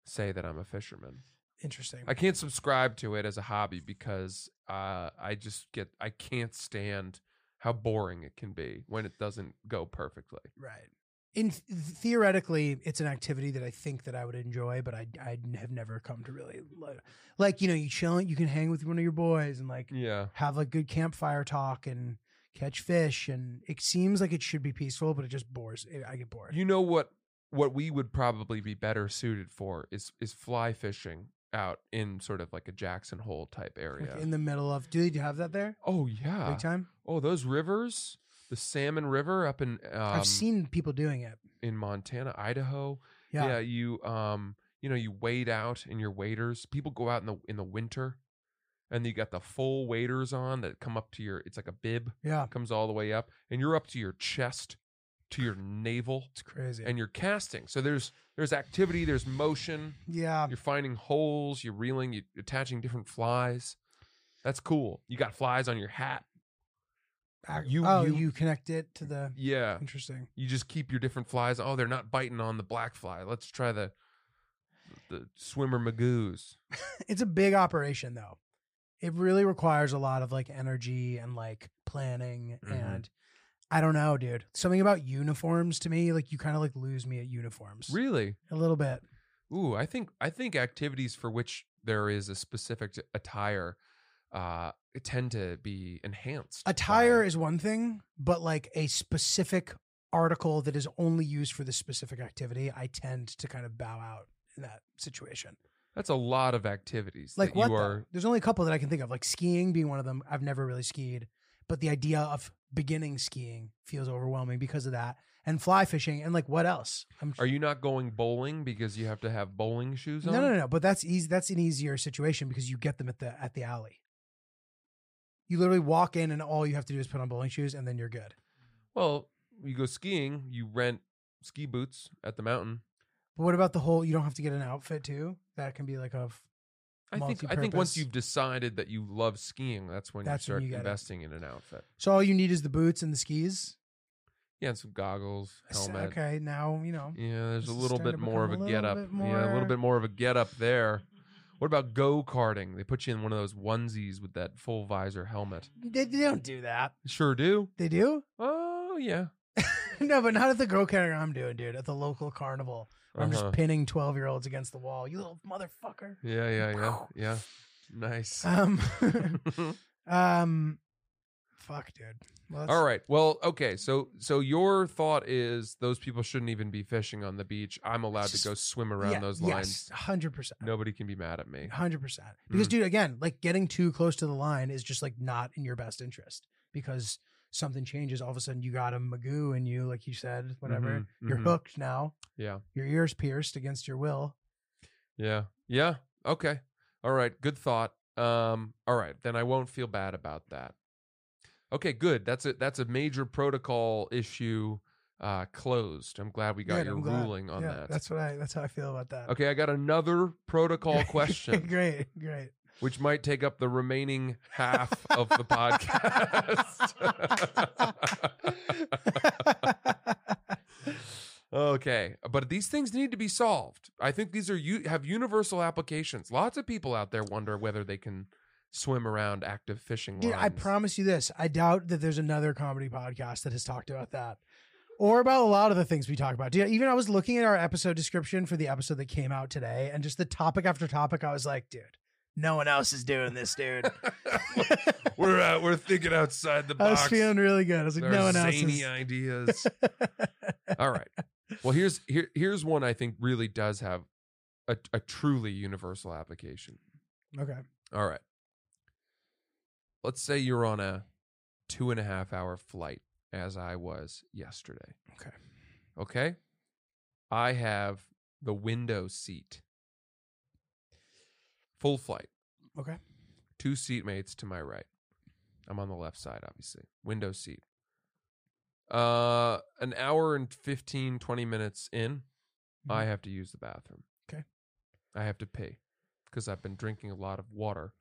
[SPEAKER 6] say that I'm a fisherman.
[SPEAKER 7] interesting.
[SPEAKER 6] I can't subscribe to it as a hobby because uh, I just get I can't stand how boring it can be when it doesn't go perfectly.
[SPEAKER 7] right. In th- theoretically, it's an activity that I think that I would enjoy, but I I have never come to really lo- like you know you chilling, you can hang with one of your boys and like
[SPEAKER 6] Yeah.
[SPEAKER 7] have like good campfire talk and catch fish and it seems like it should be peaceful but it just bores it, i get bored
[SPEAKER 6] You know what what we would probably be better suited for is is fly fishing out in sort of like a Jackson Hole type
[SPEAKER 7] Like,
[SPEAKER 6] area.
[SPEAKER 7] in the middle of do you have that there
[SPEAKER 6] oh yeah.
[SPEAKER 7] big time
[SPEAKER 6] Oh, those rivers, the Salmon River up in um,
[SPEAKER 7] i've seen people doing it
[SPEAKER 6] in Montana, Idaho.
[SPEAKER 7] yeah,
[SPEAKER 6] you um, you know, you wade out in your waders. People go out in the in the winter, and you got the full waders on that come up to your. It's like a bib
[SPEAKER 7] yeah.
[SPEAKER 6] comes all the way up, and you're up to your chest, to your navel,
[SPEAKER 7] it's crazy
[SPEAKER 6] and you're casting. So there's there's activity, there's motion.
[SPEAKER 7] yeah
[SPEAKER 6] You're finding holes, you're reeling, you're attaching different flies. That's cool. You got flies on your hat.
[SPEAKER 7] Ac-
[SPEAKER 6] you-
[SPEAKER 7] oh you,
[SPEAKER 6] you-
[SPEAKER 7] connect it to the
[SPEAKER 6] Yeah.
[SPEAKER 7] interesting
[SPEAKER 6] you just keep your different flies. Oh, they're not biting on the black fly. Let's try the the swimmer magoos.
[SPEAKER 7] it's a big operation though it really requires a lot of like energy and like planning
[SPEAKER 6] Mhm.
[SPEAKER 7] and i don't know dude something about uniforms to me like you kind of like lose me at uniforms
[SPEAKER 6] Really?
[SPEAKER 7] a little bit
[SPEAKER 6] Ooh, I think I think activities for which there is a specific attire uh tend to be enhanced.
[SPEAKER 7] Attire
[SPEAKER 6] by-
[SPEAKER 7] is one thing, but like a specific article that is only used for this specific activity, I tend to kind of bow out in that situation.
[SPEAKER 6] that's a lot of activities.
[SPEAKER 7] Like
[SPEAKER 6] that
[SPEAKER 7] what?
[SPEAKER 6] you
[SPEAKER 7] though?
[SPEAKER 6] are
[SPEAKER 7] There's only a couple that I can think of, like skiing being one of them. I've never really skied, but the idea of beginning skiing feels overwhelming because of that. And fly fishing and like what else? I'm
[SPEAKER 6] are you not going bowling because you have to have bowling shoes on?
[SPEAKER 7] No, no, no, no. But that's easy. That's an easier situation because you get them at the at the alley. You literally walk in, and all you have to do is put on bowling shoes, and then you're good.
[SPEAKER 6] Well, you go skiing, you rent ski boots at the mountain.
[SPEAKER 7] But what about the whole? You don't have to get an outfit too. That can be like a. f-
[SPEAKER 6] I think I think once
[SPEAKER 7] Multi-purpose.
[SPEAKER 6] you've decided that you love skiing, that's when
[SPEAKER 7] That's
[SPEAKER 6] you
[SPEAKER 7] when
[SPEAKER 6] start
[SPEAKER 7] you gotta-
[SPEAKER 6] investing in an outfit.
[SPEAKER 7] So all you need is the boots and the skis.
[SPEAKER 6] Yeah, and some goggles,
[SPEAKER 7] So-
[SPEAKER 6] helmet.
[SPEAKER 7] Okay, now you know.
[SPEAKER 6] Yeah, there's a
[SPEAKER 7] This is
[SPEAKER 6] little
[SPEAKER 7] starting
[SPEAKER 6] bit
[SPEAKER 7] to
[SPEAKER 6] more of a
[SPEAKER 7] become a
[SPEAKER 6] get
[SPEAKER 7] little
[SPEAKER 6] up.
[SPEAKER 7] bit
[SPEAKER 6] Yeah, a little
[SPEAKER 7] more-
[SPEAKER 6] bit more of a get up there. What about go karting? They put you in one of those onesies with that full visor helmet.
[SPEAKER 7] They, they don't do that.
[SPEAKER 6] Sure do.
[SPEAKER 7] They do?
[SPEAKER 6] Oh yeah.
[SPEAKER 7] no, but not at the go karting I'm doing, dude. At the local carnival, where I'm
[SPEAKER 6] Uh-huh.
[SPEAKER 7] just pinning twelve year olds against the wall. You little motherfucker.
[SPEAKER 6] Yeah, yeah, yeah, yeah. Nice.
[SPEAKER 7] Um, um, fuck, dude. Well,
[SPEAKER 6] All
[SPEAKER 7] that's-
[SPEAKER 6] right. Well, okay. So, so your thought is those people shouldn't even be fishing on the beach. I'm allowed
[SPEAKER 7] Just-
[SPEAKER 6] to go swim around those lines.
[SPEAKER 7] hundred percent.
[SPEAKER 6] Nobody can be mad at me.
[SPEAKER 7] hundred percent. Because,
[SPEAKER 6] Mm.
[SPEAKER 7] dude, again, like getting too close to the line is just like not in your best interest because something changes. All of a sudden, you got a magoo in you, like you said, whatever.
[SPEAKER 6] Mhm,
[SPEAKER 7] You're
[SPEAKER 6] mhm.
[SPEAKER 7] hooked now.
[SPEAKER 6] Yeah.
[SPEAKER 7] Your ears pierced against your will.
[SPEAKER 6] Yeah. Yeah. Okay. All right. Good thought. Um, all right. Then I won't feel bad about that. Okay, good. That's a that's a major protocol issue uh closed. I'm glad we got
[SPEAKER 7] Good,
[SPEAKER 6] your
[SPEAKER 7] I'm glad.
[SPEAKER 6] ruling on
[SPEAKER 7] Yeah,
[SPEAKER 6] that.
[SPEAKER 7] That's what I. That's how I feel about that.
[SPEAKER 6] okay, I got another protocol question
[SPEAKER 7] great, great.
[SPEAKER 6] which might take up the remaining half of the podcast. Okay, but these things need to be solved. I think these are you have universal applications. Lots of people out there wonder whether they can swim around active fishing lines.
[SPEAKER 7] Dude, I promise you this. I doubt that there's another comedy podcast that has talked about that. Or about a lot of the things we talk about. Dude, even I was looking at our episode description for the episode that came out today, and just the topic after topic, I was like, dude, no one else is doing this, dude.
[SPEAKER 6] we're uh, we're thinking outside the
[SPEAKER 7] I
[SPEAKER 6] box.
[SPEAKER 7] was feeling really good. I was like,
[SPEAKER 6] There
[SPEAKER 7] no
[SPEAKER 6] are
[SPEAKER 7] one else
[SPEAKER 6] zany
[SPEAKER 7] is.
[SPEAKER 6] ideas. All right. Well, here's here here's one I think really does have a, a truly universal application.
[SPEAKER 7] okay.
[SPEAKER 6] All right. Let's say you're on a two and a half hour flight, as I was yesterday.
[SPEAKER 7] Okay.
[SPEAKER 6] Okay. I have the window seat. Full flight.
[SPEAKER 7] Okay.
[SPEAKER 6] Two seatmates to my right. I'm on the left side, obviously. Window seat. Uh, an hour and 15, 20 minutes in, I
[SPEAKER 7] Mhm.
[SPEAKER 6] have to use the bathroom.
[SPEAKER 7] Okay.
[SPEAKER 6] I have to pee because I've been drinking a lot of water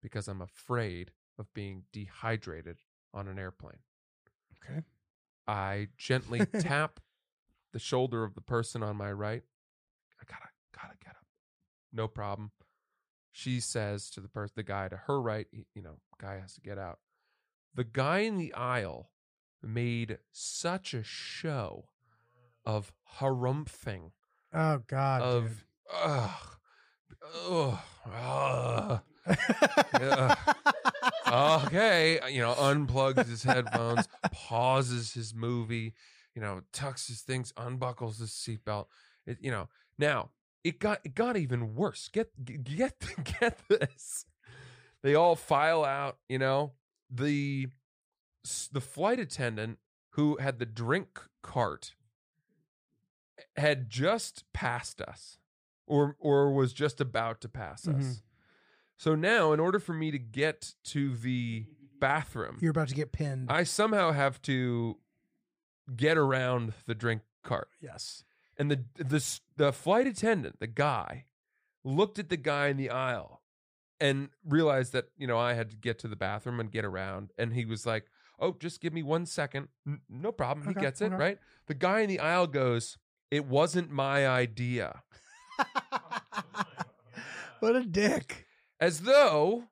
[SPEAKER 6] because I'm afraid of being dehydrated on an airplane.
[SPEAKER 7] Okay.
[SPEAKER 6] I gently tap the shoulder of the person on my right. I gotta gotta get up. No problem. She says to the person, the guy to her right, y- you know, guy has to get out. The guy in the aisle made such a show of harumphing
[SPEAKER 7] Oh God.
[SPEAKER 6] of ugh, ugh, ugh. Yeah. okay, uh, you know, unplugs his headphones, pauses his movie, you know, tucks his things, unbuckles his seatbelt. It, you know, now it got it got even worse. Get get get this. They all file out. You know, the s- the flight attendant who had the drink cart eh, had just passed us or or was just about to pass us.
[SPEAKER 7] Mhm.
[SPEAKER 6] So now in order for me to get to the bathroom,
[SPEAKER 7] You're about to get pinned.
[SPEAKER 6] I somehow have to get around the drink cart.
[SPEAKER 7] yes.
[SPEAKER 6] And the the s- the flight attendant, the guy, looked at the guy in the aisle and realized that, you know, I had to get to the bathroom and get around and he was like, "Oh, just give me one second. N- No problem.
[SPEAKER 7] Okay,
[SPEAKER 6] he gets it,
[SPEAKER 7] okay.
[SPEAKER 6] right?" The guy in the aisle goes, "It wasn't my idea."
[SPEAKER 7] what a dick.
[SPEAKER 6] as though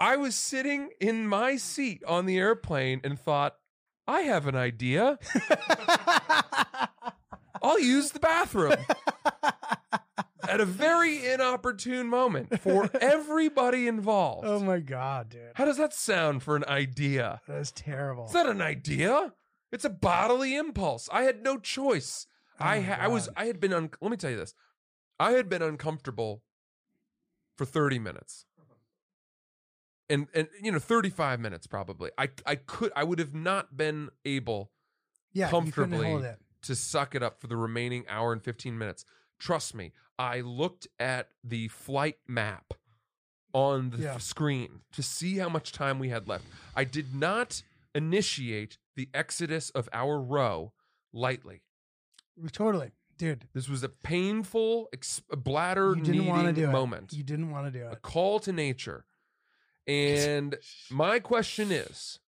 [SPEAKER 6] I was sitting in my seat on the airplane and thought, I have an idea. I'll use the bathroom. at a very inopportune moment for everybody involved.
[SPEAKER 7] Oh my god, dude,
[SPEAKER 6] How does that sound for an idea?
[SPEAKER 7] that's terrible.
[SPEAKER 6] It's not an idea. It's a bodily impulse. I had no choice.
[SPEAKER 7] Oh
[SPEAKER 6] I
[SPEAKER 7] my
[SPEAKER 6] ha- I was
[SPEAKER 7] God.
[SPEAKER 6] I had been un- let me tell you this. I had been uncomfortable for 30 minutes. And and you know 35 minutes probably. I I could I would have not been able
[SPEAKER 7] yeah, you
[SPEAKER 6] comfortably
[SPEAKER 7] couldn't hold it.
[SPEAKER 6] to suck it up for the remaining hour and 15 minutes. Trust me, I looked at the flight map on the
[SPEAKER 7] Yeah.
[SPEAKER 6] screen to see how much time we had left. I did not initiate the exodus of our row lightly.
[SPEAKER 7] Totally, dude.
[SPEAKER 6] This was a painful ex- bladder
[SPEAKER 7] You didn't want to
[SPEAKER 6] needing
[SPEAKER 7] do
[SPEAKER 6] moment.
[SPEAKER 7] it. You didn't want to do
[SPEAKER 6] a
[SPEAKER 7] it.
[SPEAKER 6] call to nature. And my question is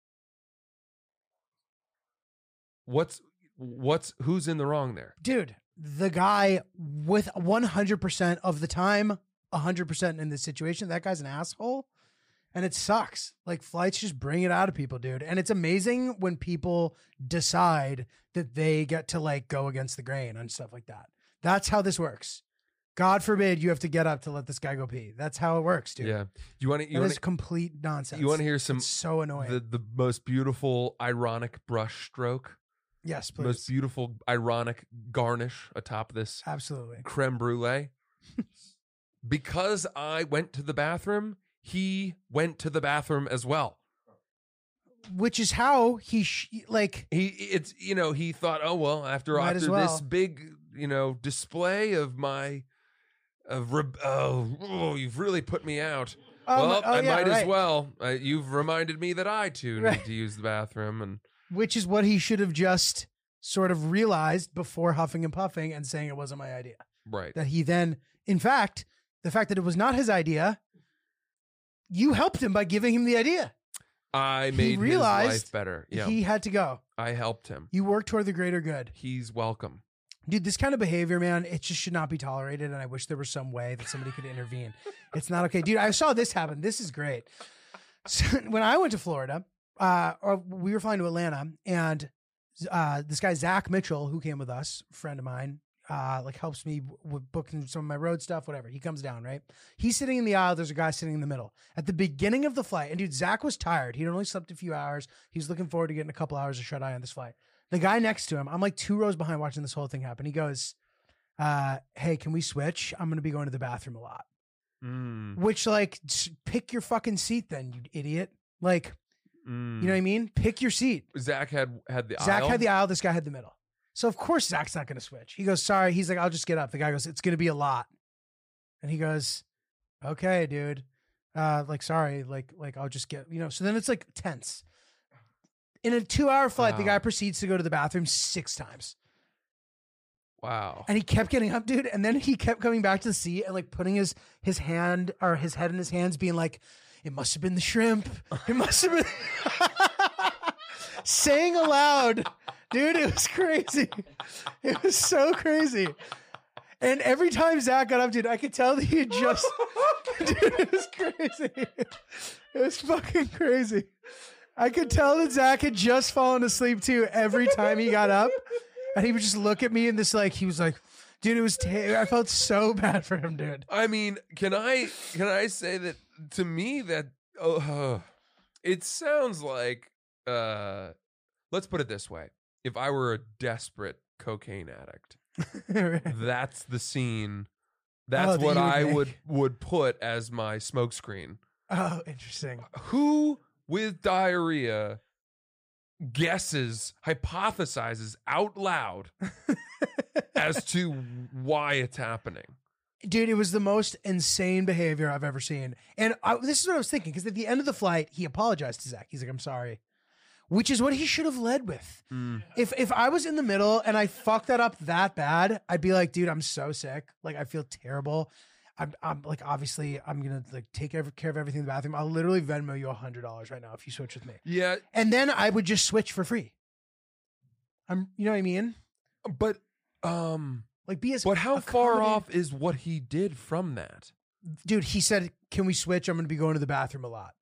[SPEAKER 6] what's what's who's in the wrong there?
[SPEAKER 7] dude, the guy with 100% of the time, 100% in this situation, that guy's an asshole. And it sucks. Like flights just bring it out of people, dude. And it's amazing when people decide that they get to like go against the grain and stuff like that. That's how this works. God forbid you have to get up to let this guy go pee. That's how it works, dude.
[SPEAKER 6] Yeah. You want to
[SPEAKER 7] That
[SPEAKER 6] you want
[SPEAKER 7] is complete nonsense.
[SPEAKER 6] You want to hear some
[SPEAKER 7] It's so annoying.
[SPEAKER 6] the the most beautiful ironic brush stroke,
[SPEAKER 7] yes,
[SPEAKER 6] most
[SPEAKER 7] please.
[SPEAKER 6] beautiful ironic garnish atop this
[SPEAKER 7] Absolutely.
[SPEAKER 6] creme brulee. because I went to the bathroom, he went to the bathroom as well.
[SPEAKER 7] Which is how he sh- like
[SPEAKER 6] He it's you know he thought oh well after
[SPEAKER 7] Might as
[SPEAKER 6] after this
[SPEAKER 7] well.
[SPEAKER 6] big you know display of my of re- oh, oh you've really put me out.
[SPEAKER 7] Oh, my-
[SPEAKER 6] well,
[SPEAKER 7] oh,
[SPEAKER 6] I
[SPEAKER 7] yeah,
[SPEAKER 6] might as
[SPEAKER 7] right.
[SPEAKER 6] well. Uh, you've reminded me that I too need
[SPEAKER 7] Right.
[SPEAKER 6] to use the bathroom and
[SPEAKER 7] which is what he should have just sort of realized before huffing and puffing and saying it wasn't my idea.
[SPEAKER 6] right.
[SPEAKER 7] That he then, in fact, the fact that it was not his idea, you helped him by giving him the idea.
[SPEAKER 6] I
[SPEAKER 7] He
[SPEAKER 6] made his life
[SPEAKER 7] realized
[SPEAKER 6] better. Yeah,
[SPEAKER 7] He had to go.
[SPEAKER 6] I helped him.
[SPEAKER 7] You worked toward the greater good.
[SPEAKER 6] He's welcome.
[SPEAKER 7] Dude, this kind of behavior, man, it just should not be tolerated. And I wish there was some way that somebody could intervene. It's not okay. Dude, I saw this happen. This is great. So, when I went to Florida, uh, or we were flying to Atlanta, and uh, this guy, Zach Mitchell, who came with us, friend of mine, uh, like helps me w- with booking some of my road stuff, whatever. He comes down, right? He's sitting in the aisle. There's a guy sitting in the middle. At the beginning of the flight, and dude, Zach was tired. He'd only slept a few hours. He's looking forward to getting a couple hours of shut eye on this flight. The guy next to him, I'm like two rows behind watching this whole thing happen. He goes, uh, Hey, can we switch? I'm going to be going to the bathroom a lot.
[SPEAKER 6] Mm,
[SPEAKER 7] Which, like, s- pick your fucking seat then, you idiot. Like,
[SPEAKER 6] mm.
[SPEAKER 7] you know what I mean? Pick your seat.
[SPEAKER 6] Zach had had the
[SPEAKER 7] Zach
[SPEAKER 6] aisle.
[SPEAKER 7] had the aisle, this guy had the middle. So, of course, Zach's not going to switch. He goes, Sorry. He's like, I'll just get up. The guy goes, It's going to be a lot. And he goes, Okay, dude. Uh, like, sorry. Like, like I'll just get, you know. So then it's like tense. In a two hour flight, the
[SPEAKER 6] Wow.
[SPEAKER 7] guy proceeds to go to the bathroom six times.
[SPEAKER 6] wow.
[SPEAKER 7] And he kept getting up, dude. And then he kept coming back to the seat and like putting his his hand or his head in his hands, being like, "It must have been the shrimp. It must have been." Saying aloud, dude, it was crazy. It was so crazy. And every time Zach got up, dude, I could tell that he had just. dude, it was crazy. It was fucking crazy. I could tell that Zach had just fallen asleep too every time he got up. And he would just look at me and this, like, he was like, dude, it was, ter- I felt so bad for him, dude.
[SPEAKER 6] I mean, can I can I say that to me that oh, it sounds like uh let's put it this way. If I were a desperate cocaine addict, that's the scene that's
[SPEAKER 7] Oh, that
[SPEAKER 6] what
[SPEAKER 7] you would
[SPEAKER 6] I
[SPEAKER 7] make.
[SPEAKER 6] would would put as my smokescreen.
[SPEAKER 7] oh, interesting.
[SPEAKER 6] who with diarrhea guesses, hypothesizes out loud as to why it's happening?
[SPEAKER 7] Dude, it was the most insane behavior I've ever seen. And I, this is what I was thinking because at the end of the flight, he apologized to Zach. He's like, I'm sorry, which is what he should have led with.
[SPEAKER 6] Mm.
[SPEAKER 7] If, if I was in the middle and I fucked that up that bad, I'd be like, dude, I'm so sick. Like, I feel terrible. I'm, I'm like, obviously, I'm going to like take every, care of everything in the bathroom. I'll literally Venmo you $100 right now if you switch with me.
[SPEAKER 6] Yeah,
[SPEAKER 7] And then I would just switch for free. I'm, you know what I mean?
[SPEAKER 6] but um
[SPEAKER 7] Like, be as
[SPEAKER 6] but how far
[SPEAKER 7] accommodating-
[SPEAKER 6] off is what he did from that?
[SPEAKER 7] dude? He said, "Can we switch? I'm going to be going to the bathroom a lot."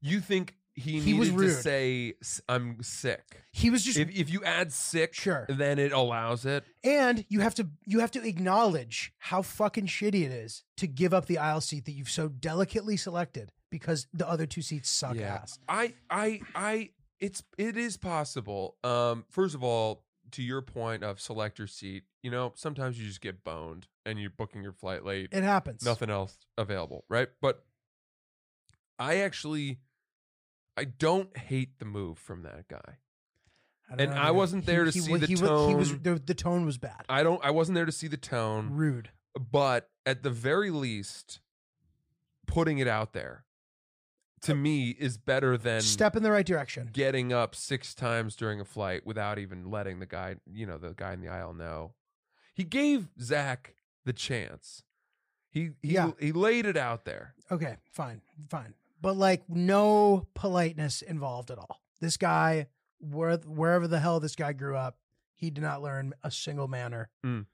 [SPEAKER 6] You think he,
[SPEAKER 7] He
[SPEAKER 6] needed
[SPEAKER 7] was
[SPEAKER 6] to
[SPEAKER 7] rude.
[SPEAKER 6] say "S- I'm sick.
[SPEAKER 7] He was just
[SPEAKER 6] If, if you add sick,
[SPEAKER 7] Sure.
[SPEAKER 6] then it allows it.
[SPEAKER 7] and you have to you have to acknowledge how fucking shitty it is to give up the aisle seat that you've so delicately selected because the other two seats suck ass.
[SPEAKER 6] I I I it's it is possible. Um first of all, to your point of selector seat, you know, sometimes you just get boned and you're booking your flight late.
[SPEAKER 7] It happens.
[SPEAKER 6] nothing else available, right? But I actually I don't hate the move from that guy.
[SPEAKER 7] I don't
[SPEAKER 6] and
[SPEAKER 7] know,
[SPEAKER 6] I
[SPEAKER 7] man.
[SPEAKER 6] wasn't there to see the
[SPEAKER 7] he, wa- He was
[SPEAKER 6] tone. Um,
[SPEAKER 7] the, the tone was bad.
[SPEAKER 6] I don't I wasn't there to see the tone,
[SPEAKER 7] Rude.
[SPEAKER 6] but at the very least putting it out there to me is better than
[SPEAKER 7] Step in the right direction.
[SPEAKER 6] getting up six times during a flight without even letting the guy, you know, the guy in the aisle know. He gave Zach the chance. He he
[SPEAKER 7] Yeah.
[SPEAKER 6] he laid it out there.
[SPEAKER 7] Okay, fine, fine. But like no politeness involved at all. This guy, where wherever the hell this guy grew up, he did not learn a single manner.
[SPEAKER 6] Mm.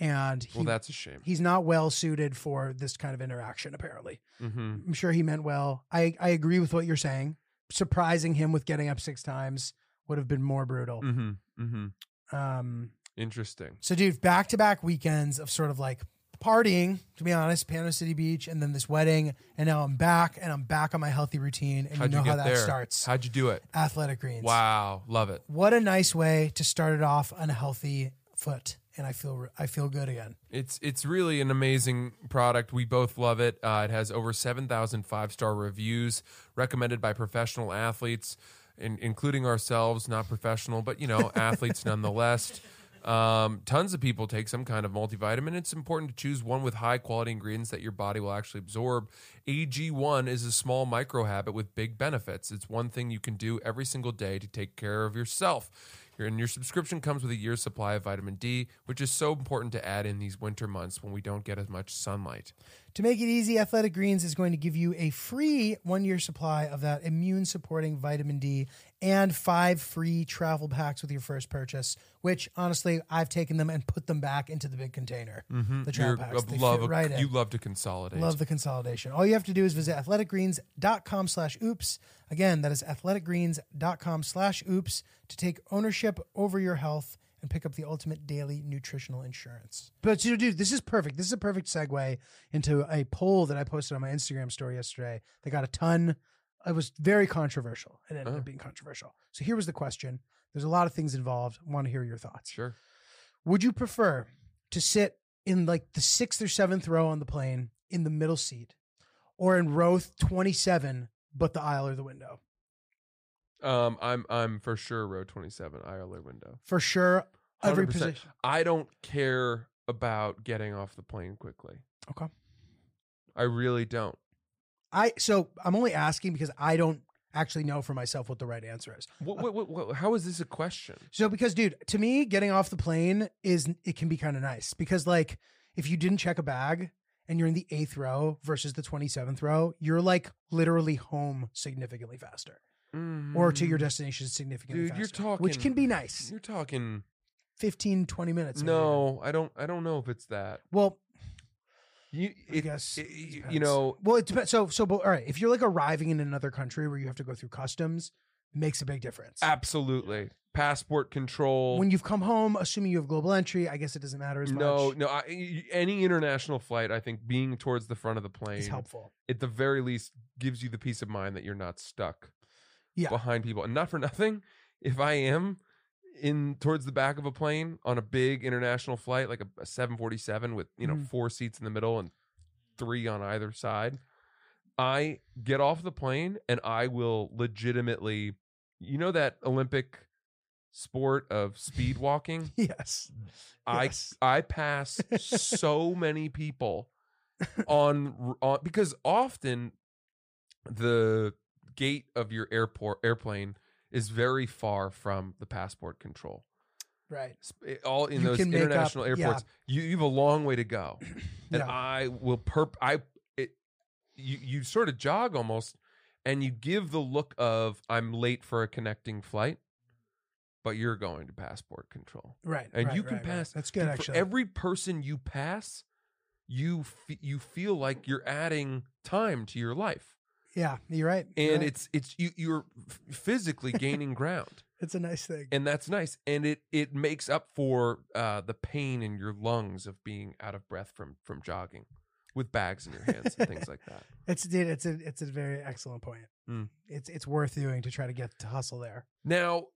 [SPEAKER 7] And he,
[SPEAKER 6] Well, that's a shame.
[SPEAKER 7] he's not well suited for this kind of interaction, apparently.
[SPEAKER 6] hmm
[SPEAKER 7] I'm sure he meant well. I, I agree with what you're saying. Surprising him with getting up six times would have been more brutal.
[SPEAKER 6] Mm-hmm. Mm-hmm.
[SPEAKER 7] Um,
[SPEAKER 6] Interesting.
[SPEAKER 7] so, dude, back to back weekends of sort of like partying, to be honest, Pano City Beach, and then this wedding. And now I'm back and I'm back on my healthy routine. And
[SPEAKER 6] How'd
[SPEAKER 7] you
[SPEAKER 6] you,
[SPEAKER 7] know
[SPEAKER 6] get
[SPEAKER 7] how that
[SPEAKER 6] there?
[SPEAKER 7] starts
[SPEAKER 6] How'd you do it?
[SPEAKER 7] athletic greens.
[SPEAKER 6] Wow, love it.
[SPEAKER 7] What a nice way to start it off on a healthy foot. And I feel I feel good again.
[SPEAKER 6] It's it's really an amazing product. We both love it. Uh, it has over 7,000 five star reviews recommended by professional athletes, in, including ourselves, not professional, but you know, athletes nonetheless. Um, tons of people take some kind of multivitamin. It's important to choose one with high quality ingredients that your body will actually absorb. AG1 is a small micro habit with big benefits. It's one thing you can do every single day to take care of yourself. Your- And your subscription comes with a year's supply of vitamin D, which is so important to add in these winter months when we don't get as much sunlight.
[SPEAKER 7] To make it easy, Athletic Greens is going to give you a free one year supply of that immune supporting vitamin D and five free travel packs with your first purchase, which honestly, I've taken them and put them back into the big container. The
[SPEAKER 6] You're-
[SPEAKER 7] travel packs. They
[SPEAKER 6] Mm-hmm. love
[SPEAKER 7] fit
[SPEAKER 6] a-
[SPEAKER 7] right in.
[SPEAKER 6] you love to consolidate.
[SPEAKER 7] Love the consolidation. All you have to do is visit athleticgreens.com slash oops. Again, that is athleticgreens.com slash oops to take ownership over your health and pick up the ultimate daily nutritional insurance. But you know, dude, this is perfect. This is a perfect segue into a poll that I posted on my Instagram story yesterday that got a ton. It was very controversial. It ended
[SPEAKER 6] Oh.
[SPEAKER 7] up being controversial. So here was the question. There's a lot of things involved. want to hear your thoughts.
[SPEAKER 6] Sure.
[SPEAKER 7] Would you prefer to sit in like the sixth or seventh row on the plane in the middle seat or in row 27, but the aisle or the window?
[SPEAKER 6] Um, I'm I'm for sure row 27 ILA window.
[SPEAKER 7] For sure, every
[SPEAKER 6] 100%.
[SPEAKER 7] position.
[SPEAKER 6] I don't care about getting off the plane quickly.
[SPEAKER 7] Okay.
[SPEAKER 6] I really don't.
[SPEAKER 7] I so I'm only asking because I don't actually know for myself what the right answer is.
[SPEAKER 6] What, what, what, what, how is this a question?
[SPEAKER 7] So because dude, to me getting off the plane is it can be kind of nice because like if you didn't check a bag and you're in the 8th row versus the 27th row, you're like literally home significantly faster or to your
[SPEAKER 6] Mm,
[SPEAKER 7] destination significantly
[SPEAKER 6] dude.
[SPEAKER 7] faster.
[SPEAKER 6] You're talking,
[SPEAKER 7] which can be nice.
[SPEAKER 6] You're talking.
[SPEAKER 7] 15, 20 minutes. or whatever.
[SPEAKER 6] no, I don't. I don't know if it's that.
[SPEAKER 7] Well,
[SPEAKER 6] You,
[SPEAKER 7] I
[SPEAKER 6] it-
[SPEAKER 7] guess.
[SPEAKER 6] it-
[SPEAKER 7] it
[SPEAKER 6] you
[SPEAKER 7] depends.
[SPEAKER 6] know,
[SPEAKER 7] well, it depends. So, so, but, all right. If you're like arriving in another country where you have to go through customs, makes a big difference.
[SPEAKER 6] absolutely. Passport control.
[SPEAKER 7] When you've come home, assuming you have global entry, I guess it doesn't matter as much.
[SPEAKER 6] no, no. I, y- any international flight, I think, being towards the front of the plane
[SPEAKER 7] it's helpful.
[SPEAKER 6] at the very least gives you the peace of mind that you're not stuck
[SPEAKER 7] Yeah.
[SPEAKER 6] behind people. And not for nothing, if I am in towards the back of a plane on a big international flight, like a, a 747 with, you know,
[SPEAKER 7] Mhm.
[SPEAKER 6] four seats in the middle and three on either side, I get off the plane and I will legitimately, you know, that Olympic sport of speed walking?
[SPEAKER 7] Yes.
[SPEAKER 6] I
[SPEAKER 7] Yes.
[SPEAKER 6] I pass so many people on, on because often the gate of your airport airplane is very far from the passport control.
[SPEAKER 7] Right.
[SPEAKER 6] Sp- All in
[SPEAKER 7] You
[SPEAKER 6] those
[SPEAKER 7] can make up-
[SPEAKER 6] international airports, you you have a long way to go, and
[SPEAKER 7] Yeah.
[SPEAKER 6] I will perp. I it you you sort of jog almost, and you give the look of I'm late for a connecting flight, but you're going to passport control
[SPEAKER 7] Right.
[SPEAKER 6] and
[SPEAKER 7] right,
[SPEAKER 6] you can
[SPEAKER 7] right, right.
[SPEAKER 6] pass.
[SPEAKER 7] That's good,
[SPEAKER 6] Dude,
[SPEAKER 7] actually.
[SPEAKER 6] For every person you pass, you f- you feel like you're adding time to your life.
[SPEAKER 7] Yeah, you're right. you're
[SPEAKER 6] and
[SPEAKER 7] right.
[SPEAKER 6] it's it's you you're f- physically gaining ground
[SPEAKER 7] it's a nice thing.
[SPEAKER 6] and that's nice and it it makes up for uh the pain in your lungs of being out of breath from from jogging with bags in your hands and things like that
[SPEAKER 7] It's dude, it's a it's a very excellent point.
[SPEAKER 6] Mm.
[SPEAKER 7] It's it's worth doing to try to get to hustle there.
[SPEAKER 6] now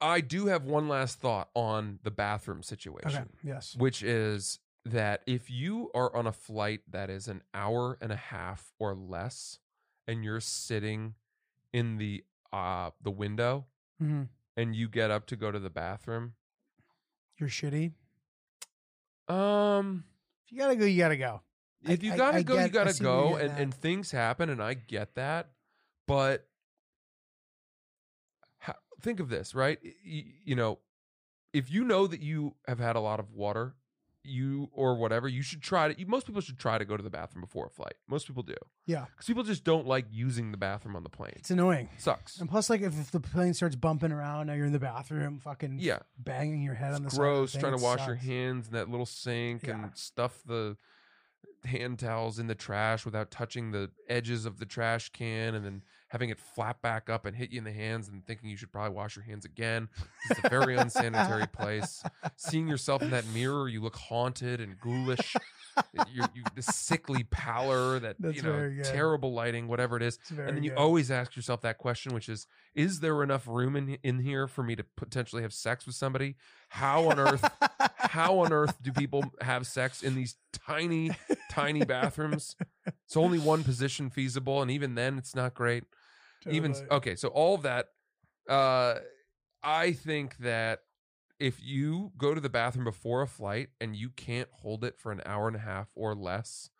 [SPEAKER 6] i do have one last thought on the bathroom situation
[SPEAKER 7] Okay. Yes.
[SPEAKER 6] which is that if you are on a flight that is an hour and a half or less and you're sitting in the uh the window
[SPEAKER 7] hmm
[SPEAKER 6] and you get up to go to the bathroom
[SPEAKER 7] You're shitty.
[SPEAKER 6] um
[SPEAKER 7] If you gotta go, you gotta go. I-
[SPEAKER 6] if you
[SPEAKER 7] I-
[SPEAKER 6] gotta
[SPEAKER 7] I
[SPEAKER 6] go
[SPEAKER 7] get- I
[SPEAKER 6] you gotta
[SPEAKER 7] see where
[SPEAKER 6] go
[SPEAKER 7] you're
[SPEAKER 6] and,
[SPEAKER 7] at.
[SPEAKER 6] and things happen and i get that but ho- think of this right Y- y- you know if you know that you have had a lot of water you or whatever you should try to you, most people should try to go to the bathroom before a flight most people do
[SPEAKER 7] Yeah.
[SPEAKER 6] because people just don't like using the bathroom on the plane
[SPEAKER 7] It's annoying.
[SPEAKER 6] sucks
[SPEAKER 7] And plus, like if, if the plane starts bumping around, now you're in the bathroom, fucking
[SPEAKER 6] yeah
[SPEAKER 7] banging your head on the
[SPEAKER 6] it's
[SPEAKER 7] side of the
[SPEAKER 6] gross
[SPEAKER 7] thing,
[SPEAKER 6] trying
[SPEAKER 7] it
[SPEAKER 6] to wash your
[SPEAKER 7] sucks.
[SPEAKER 6] hands in that little sink
[SPEAKER 7] Yeah.
[SPEAKER 6] and stuff the hand towels in the trash without touching the edges of the trash can and then having it flap back up and hit you in the hands and thinking you should probably wash your hands again it's a very unsanitary place seeing yourself in that mirror you look haunted and ghoulish you you the sickly pallor that
[SPEAKER 7] That's
[SPEAKER 6] you know
[SPEAKER 7] very good.
[SPEAKER 6] terrible lighting whatever it is
[SPEAKER 7] Mm-hmm. It's very
[SPEAKER 6] and then you
[SPEAKER 7] good.
[SPEAKER 6] always ask yourself that question which is is there enough room in in here for me to potentially have sex with somebody how on earth how on earth do people have sex in these tiny tiny bathrooms it's only one position feasible and even then it's not great even s- oh.
[SPEAKER 7] Totally.
[SPEAKER 6] okay so all of that uh i think that if you go to the bathroom before a flight and you can't hold it for an hour and a half or less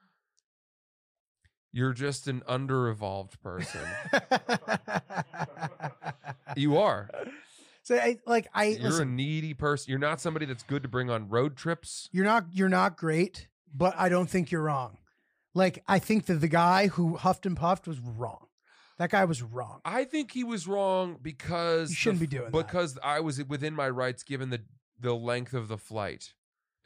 [SPEAKER 6] you're just an under-evolved person you are
[SPEAKER 7] so I like I
[SPEAKER 6] you're
[SPEAKER 7] listen,
[SPEAKER 6] a needy person you're not somebody that's good to bring on road trips
[SPEAKER 7] you're not you're not great, but I don't think you're wrong. Like I think that the guy who huffed and puffed was wrong. That guy was wrong.
[SPEAKER 6] I think he was wrong because
[SPEAKER 7] You shouldn't
[SPEAKER 6] the-
[SPEAKER 7] be doing that.
[SPEAKER 6] because I was within my rights given the the length of the flight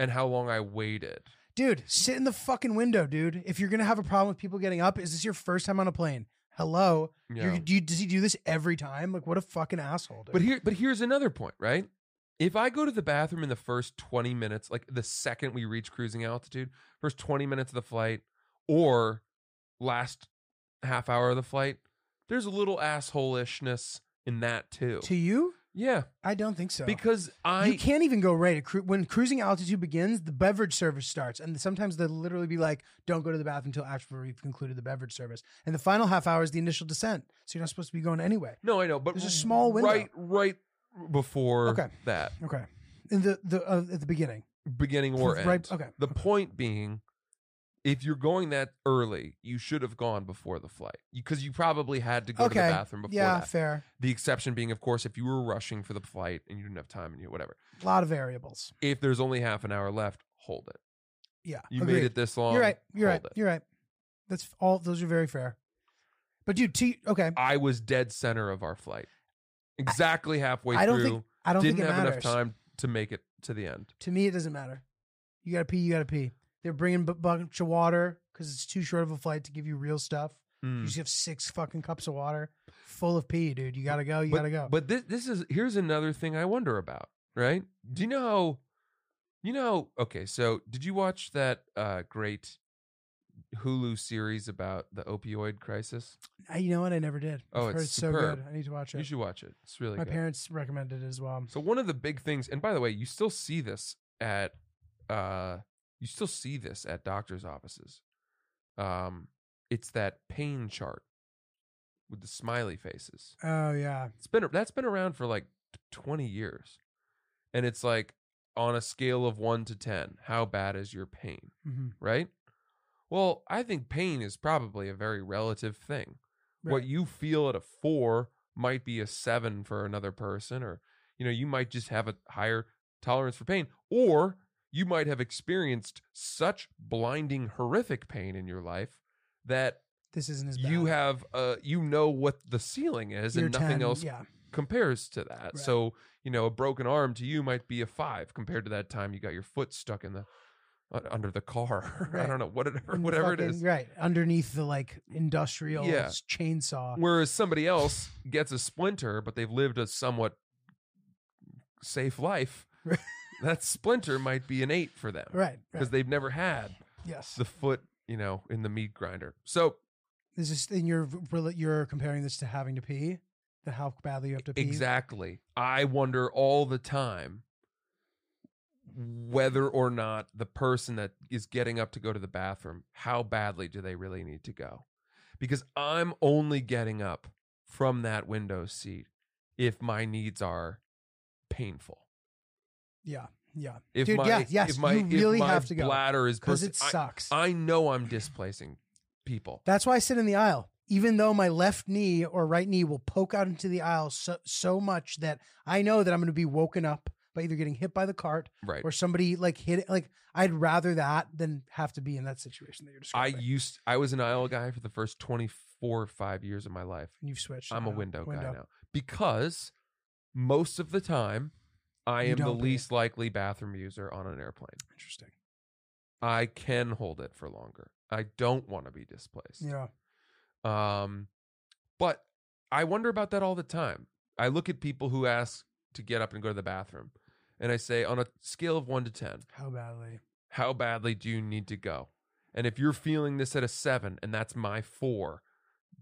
[SPEAKER 6] and how long I waited.
[SPEAKER 7] Dude, sit in the fucking window, dude. If you're gonna have a problem with people getting up, is this your first time on a plane? Hello. You're-
[SPEAKER 6] Yeah.
[SPEAKER 7] do you, does he do this every time? Like, what a fucking asshole. Dude.
[SPEAKER 6] But here but here's another point, right? If I go to the bathroom in the first 20 minutes, like the second we reach cruising altitude, first 20 minutes of the flight or last half hour of the flight, there's a little assholeishness in that too.
[SPEAKER 7] to you,
[SPEAKER 6] yeah,
[SPEAKER 7] I don't think so.
[SPEAKER 6] because I
[SPEAKER 7] you can't even go right. at Cru- when cruising altitude begins, the beverage service starts, and sometimes they'll literally be like, "Don't go to the bathroom until after we've concluded the beverage service." And the final half hour is the initial descent, so you're not supposed to be going anyway.
[SPEAKER 6] No, I know, but
[SPEAKER 7] There's a small window.
[SPEAKER 6] right right before
[SPEAKER 7] Okay.
[SPEAKER 6] that.
[SPEAKER 7] Okay, in the the uh, at the beginning.
[SPEAKER 6] beginning or end.
[SPEAKER 7] Right- okay,
[SPEAKER 6] The point being, if you're going that early, you should have gone before the flight because you probably had to go to
[SPEAKER 7] okay,
[SPEAKER 6] the bathroom before
[SPEAKER 7] yeah,
[SPEAKER 6] that.
[SPEAKER 7] fair.
[SPEAKER 6] The exception being, of course, if you were rushing for the flight and you didn't have time and you whatever.
[SPEAKER 7] A lot of variables.
[SPEAKER 6] If there's only half an hour left, hold it.
[SPEAKER 7] Yeah,
[SPEAKER 6] You
[SPEAKER 7] agreed.
[SPEAKER 6] made it this long.
[SPEAKER 7] You're right. You're
[SPEAKER 6] hold
[SPEAKER 7] right.
[SPEAKER 6] it.
[SPEAKER 7] You're right. That's f- all. Those are very fair. But dude, to, okay,
[SPEAKER 6] I was dead center of our flight, exactly halfway
[SPEAKER 7] I don't
[SPEAKER 6] through.
[SPEAKER 7] think I don't
[SPEAKER 6] didn't
[SPEAKER 7] think it
[SPEAKER 6] have
[SPEAKER 7] matters.
[SPEAKER 6] enough time to make it to the end.
[SPEAKER 7] To me, it doesn't matter. You gotta pee. You gotta pee. They're bringing a bunch of water because it's too short of a flight to give you real stuff. You
[SPEAKER 6] Hmm.
[SPEAKER 7] just have six fucking cups of water full of pee, dude. You gotta go. You
[SPEAKER 6] but,
[SPEAKER 7] gotta go.
[SPEAKER 6] But this this is here's another thing I wonder about, right? Do you know how you know okay, so did you watch that uh great Hulu series about the opioid crisis?
[SPEAKER 7] I, you know what? I never did.
[SPEAKER 6] Oh,
[SPEAKER 7] I've heard
[SPEAKER 6] it's
[SPEAKER 7] so
[SPEAKER 6] superb.
[SPEAKER 7] good. I need to watch
[SPEAKER 6] You
[SPEAKER 7] it.
[SPEAKER 6] should watch it. It's really
[SPEAKER 7] My
[SPEAKER 6] good.
[SPEAKER 7] parents recommended it as well.
[SPEAKER 6] So one of the big things and by the way, you still see this at uh you still see this at doctors' offices. Um it's that pain chart with the smiley faces.
[SPEAKER 7] Oh yeah,
[SPEAKER 6] It's been that's been around for like 20 years. And it's like on a scale of 1 to 10, how bad is your pain,
[SPEAKER 7] Mhm.
[SPEAKER 6] right? Well, I think pain is probably a very relative thing. What
[SPEAKER 7] Right.
[SPEAKER 6] you feel at a 4 might be a 7 for another person or you know, you might just have a higher tolerance for pain or you might have experienced such blinding horrific pain in your life that
[SPEAKER 7] this isn't as bad.
[SPEAKER 6] you have uh you know what the ceiling is
[SPEAKER 7] You're
[SPEAKER 6] and nothing
[SPEAKER 7] 10,
[SPEAKER 6] else
[SPEAKER 7] Yeah,
[SPEAKER 6] compares to that.
[SPEAKER 7] Right.
[SPEAKER 6] So, you know, a broken arm to you might be a five compared to that time you got your foot stuck in the uh, under the car. I
[SPEAKER 7] Right.
[SPEAKER 6] don't know what it, or
[SPEAKER 7] in the
[SPEAKER 6] whatever it
[SPEAKER 7] fucking-
[SPEAKER 6] is.
[SPEAKER 7] Right. Underneath the like industrial
[SPEAKER 6] Yeah.
[SPEAKER 7] s- chainsaw.
[SPEAKER 6] Whereas somebody else gets a splinter, but they've lived a somewhat safe life.
[SPEAKER 7] Right.
[SPEAKER 6] that splinter might be an eight for them
[SPEAKER 7] Right. right.
[SPEAKER 6] because they've never had
[SPEAKER 7] yes.
[SPEAKER 6] the foot, you know, in the meat grinder. So
[SPEAKER 7] This is and you're rela- you're comparing this to having to pee, the how badly you have to pee.
[SPEAKER 6] Exactly. I wonder all the time whether or not the person that is getting up to go to the bathroom, how badly do they really need to go? Because I'm only getting up from that window seat if my needs are painful.
[SPEAKER 7] Yeah. Yeah.
[SPEAKER 6] If
[SPEAKER 7] Dude,
[SPEAKER 6] my,
[SPEAKER 7] yeah, yes,
[SPEAKER 6] if my,
[SPEAKER 7] you
[SPEAKER 6] if
[SPEAKER 7] really
[SPEAKER 6] my
[SPEAKER 7] have to go.
[SPEAKER 6] bladder is
[SPEAKER 7] Because
[SPEAKER 6] burst-
[SPEAKER 7] it sucks.
[SPEAKER 6] I, I know I'm displacing people.
[SPEAKER 7] That's why I sit in the aisle, even though my left knee or right knee will poke out into the aisle so, so much that I know that I'm going to be woken up by either getting hit by the cart
[SPEAKER 6] Right.
[SPEAKER 7] or somebody like hit it. Like I'd rather that than have to be in that situation that you're
[SPEAKER 6] I
[SPEAKER 7] describing.
[SPEAKER 6] used I was an aisle guy for the first 24 or 5 years of my life.
[SPEAKER 7] and you've switched.
[SPEAKER 6] I'm a
[SPEAKER 7] now.
[SPEAKER 6] window, guy now because most of the time I
[SPEAKER 7] You
[SPEAKER 6] am the
[SPEAKER 7] don't pee.
[SPEAKER 6] least likely bathroom user on an airplane.
[SPEAKER 7] Interesting.
[SPEAKER 6] I can hold it for longer. I don't want to be displaced.
[SPEAKER 7] Yeah.
[SPEAKER 6] Um, but I wonder about that all the time. I look at people who ask to get up and go to the bathroom, and I say, on a scale of one to 10,
[SPEAKER 7] How badly?
[SPEAKER 6] how badly do you need to go? And if you're feeling this at a seven and that's my four,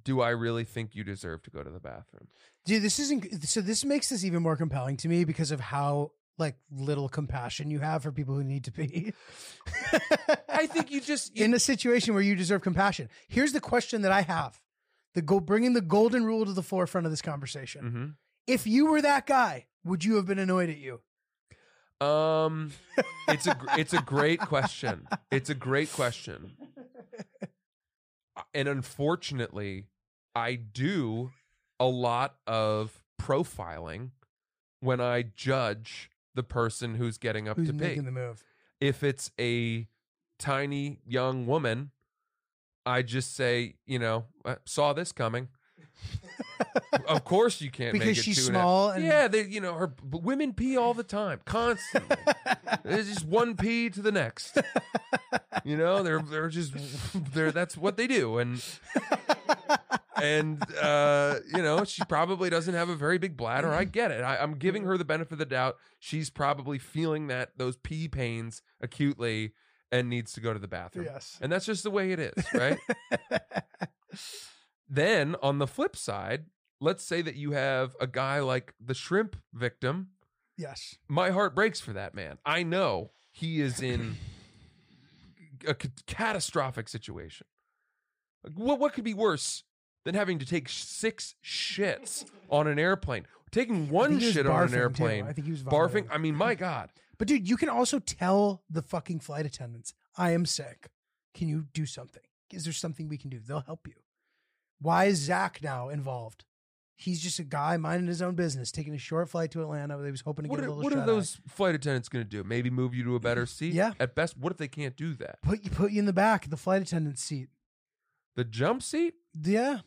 [SPEAKER 6] do I really think you deserve to go to the bathroom?
[SPEAKER 7] Dude, this isn't so this makes this even more compelling to me because of how like little compassion you have for people who need to pee.
[SPEAKER 6] I think you just, you
[SPEAKER 7] in a situation where you deserve compassion. Here's the question that I have: the go bringing the golden rule to the forefront of this conversation.
[SPEAKER 6] Mhm.
[SPEAKER 7] If you were that guy, would you have been annoyed at you?
[SPEAKER 6] Um, it's a gr- it's a great question. It's a great question, Uh, and unfortunately, I do a lot of profiling when I judge the person who's getting up
[SPEAKER 7] Who's
[SPEAKER 6] to pee.
[SPEAKER 7] making the move?
[SPEAKER 6] if it's a tiny young woman, I just say, you know, I saw this coming. of course, you can't make
[SPEAKER 7] Because
[SPEAKER 6] it
[SPEAKER 7] she's
[SPEAKER 6] two and a half-
[SPEAKER 7] small and-
[SPEAKER 6] yeah, they, you know, her but women pee all the time, constantly. It's just one pee to the next. You know, they're they're just they're that's what they do, and and uh, you know she probably doesn't have a very big bladder. I get it. I, I'm giving her the benefit of the doubt. She's probably feeling that those pee pains acutely and needs to go to the bathroom.
[SPEAKER 7] Yes.
[SPEAKER 6] and that's just the way it is, right? then on the flip side, let's say that you have a guy like the shrimp victim
[SPEAKER 7] Yes.
[SPEAKER 6] my heart breaks for that man. I know he is in a c- catastrophic situation. Like, What what could be worse than having to take six shits on an airplane? Taking one
[SPEAKER 7] think he was
[SPEAKER 6] shit on
[SPEAKER 7] barfing,
[SPEAKER 6] an
[SPEAKER 7] too.
[SPEAKER 6] airplane.
[SPEAKER 7] I think he was vomiting.
[SPEAKER 6] barfing. I mean, my God.
[SPEAKER 7] But dude, you can also tell the fucking flight attendants, I am sick. Can you do something? Is there something we can do? They'll help you. Why is Zach now involved? He's just a guy minding his own business, taking a short flight to Atlanta. They was hoping to
[SPEAKER 6] What
[SPEAKER 7] get
[SPEAKER 6] are,
[SPEAKER 7] a little
[SPEAKER 6] what are
[SPEAKER 7] shut-eye.
[SPEAKER 6] those flight attendants going to do? Maybe move you to a better seat?
[SPEAKER 7] Yeah.
[SPEAKER 6] At best, what if they can't do that?
[SPEAKER 7] put you put you in the back, the flight attendant seat.
[SPEAKER 6] The jump seat?
[SPEAKER 7] Yeah,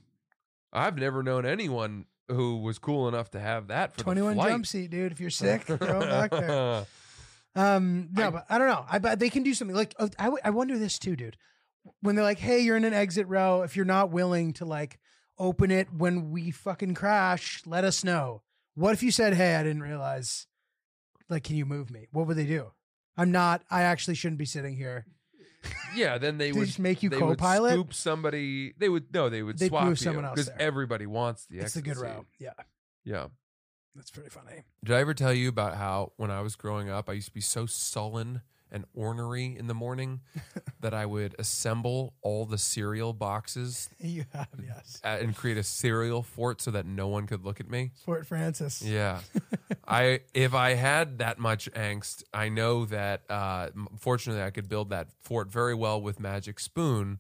[SPEAKER 6] I've never known anyone who was cool enough to have that for
[SPEAKER 7] twenty one
[SPEAKER 6] the flight.
[SPEAKER 7] jump seat, dude. If you're sick, throw it back there. Um, no,
[SPEAKER 6] I-
[SPEAKER 7] but I don't know. I but they can do something. Like uh, I, w- I wonder this too, dude. When they're like, "Hey, you're in an exit row. If you're not willing to like open it when we fucking crash, let us know." What if you said, "Hey, I didn't realize. Like, can you move me?" What would they do? I'm not. I actually shouldn't be sitting here.
[SPEAKER 6] Yeah, then they,
[SPEAKER 7] They
[SPEAKER 6] would
[SPEAKER 7] just make you
[SPEAKER 6] they would
[SPEAKER 7] co-pilot?
[SPEAKER 6] Scoop somebody. They would no. They would
[SPEAKER 7] They'd
[SPEAKER 6] swap
[SPEAKER 7] move someone else
[SPEAKER 6] because
[SPEAKER 7] there.
[SPEAKER 6] everybody wants the.
[SPEAKER 7] It's a
[SPEAKER 6] exit
[SPEAKER 7] good
[SPEAKER 6] seat.
[SPEAKER 7] row. Yeah,
[SPEAKER 6] Yeah.
[SPEAKER 7] that's pretty funny.
[SPEAKER 6] Did I ever tell you about how when I was growing up, I used to be so sullen and ornery in the morning that I would assemble all the cereal boxes
[SPEAKER 7] You have yes,
[SPEAKER 6] at, and create a cereal fort so that no one could look at me.
[SPEAKER 7] Fort Francis.
[SPEAKER 6] Yeah. I if I had that much angst, I know that uh m- fortunately I could build that fort very well with magic spoon.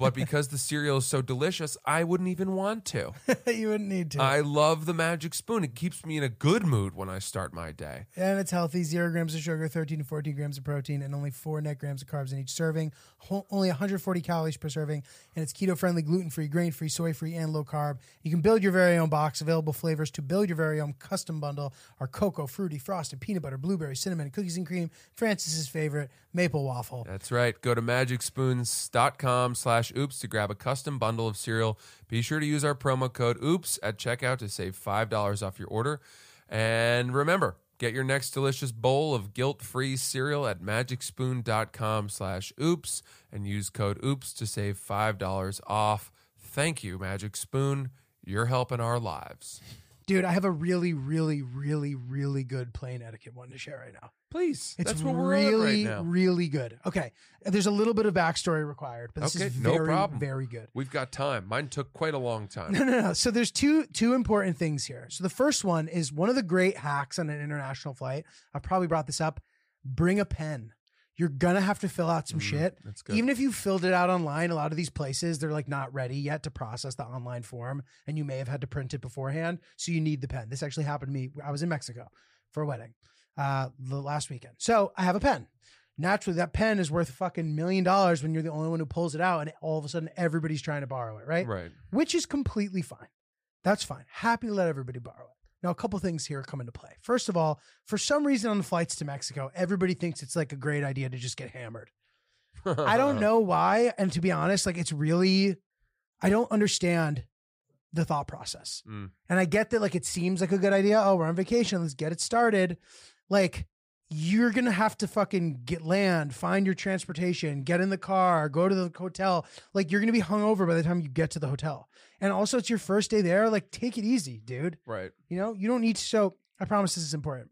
[SPEAKER 6] but because the cereal is so delicious, I wouldn't even want to.
[SPEAKER 7] you wouldn't need to.
[SPEAKER 6] I love the magic spoon. It keeps me in a good mood when I start my day.
[SPEAKER 7] and it's healthy: zero grams of sugar, thirteen to fourteen grams of protein, and only four net grams of carbs in each serving. Whole, only 140 calories per serving, and it's keto-friendly, gluten-free, grain-free, soy-free, and low-carb. You can build your very own box. Available flavors to build your very own custom bundle are cocoa, fruity, frosted, peanut butter, blueberry, cinnamon, cookies and cream. Francis's favorite, maple waffle.
[SPEAKER 6] That's right. Go to magicspoons.com slash oops to grab a custom bundle of cereal. Be sure to use our promo code oops at checkout to save $5 off your order. And remember, get your next delicious bowl of guilt-free cereal at magicspoon.com slash oops and use code oops to save $5 off. Thank you, Magic Spoon. You're helping our lives.
[SPEAKER 7] Dude, I have a really, really, really, really good plain etiquette one to share right now.
[SPEAKER 6] Please.
[SPEAKER 7] It's
[SPEAKER 6] that's what we're on
[SPEAKER 7] really,
[SPEAKER 6] right now.
[SPEAKER 7] really good. Okay. There's a little bit of backstory required, but this
[SPEAKER 6] Okay,
[SPEAKER 7] is
[SPEAKER 6] no
[SPEAKER 7] very,
[SPEAKER 6] problem.
[SPEAKER 7] very good.
[SPEAKER 6] We've got time. Mine took quite a long time.
[SPEAKER 7] No, no, no. So there's two two important things here. So the first one is one of the great hacks on an international flight. I've probably brought this up. Bring a pen. You're gonna have to fill out some shit.
[SPEAKER 6] Mm, that's good.
[SPEAKER 7] Even if you filled it out online, a lot of these places they're like not ready yet to process the online form, and you may have had to print it beforehand. So you need the pen. This actually happened to me. I was in Mexico for a wedding uh, the last weekend. So I have a pen. Naturally, that pen is worth a fucking million dollars when you're the only one who pulls it out, and all of a sudden everybody's trying to borrow it, right?
[SPEAKER 6] Right.
[SPEAKER 7] which is completely fine. That's fine. Happy to let everybody borrow it. Now, a couple things here come into play. First of all, for some reason on the flights to Mexico, everybody thinks it's like a great idea to just get hammered. I don't know why. And to be honest, like it's really, I don't understand the thought process.
[SPEAKER 6] Mm.
[SPEAKER 7] And I get that, like, it seems like a good idea. Oh, we're on vacation. Let's get it started. Like, you're going to have to fucking get land, find your transportation, get in the car, go to the hotel. Like, you're going to be hungover by the time you get to the hotel. And also, it's your first day there. Like, take it easy, dude.
[SPEAKER 6] Right.
[SPEAKER 7] You know, you don't need to. So I promise this is important.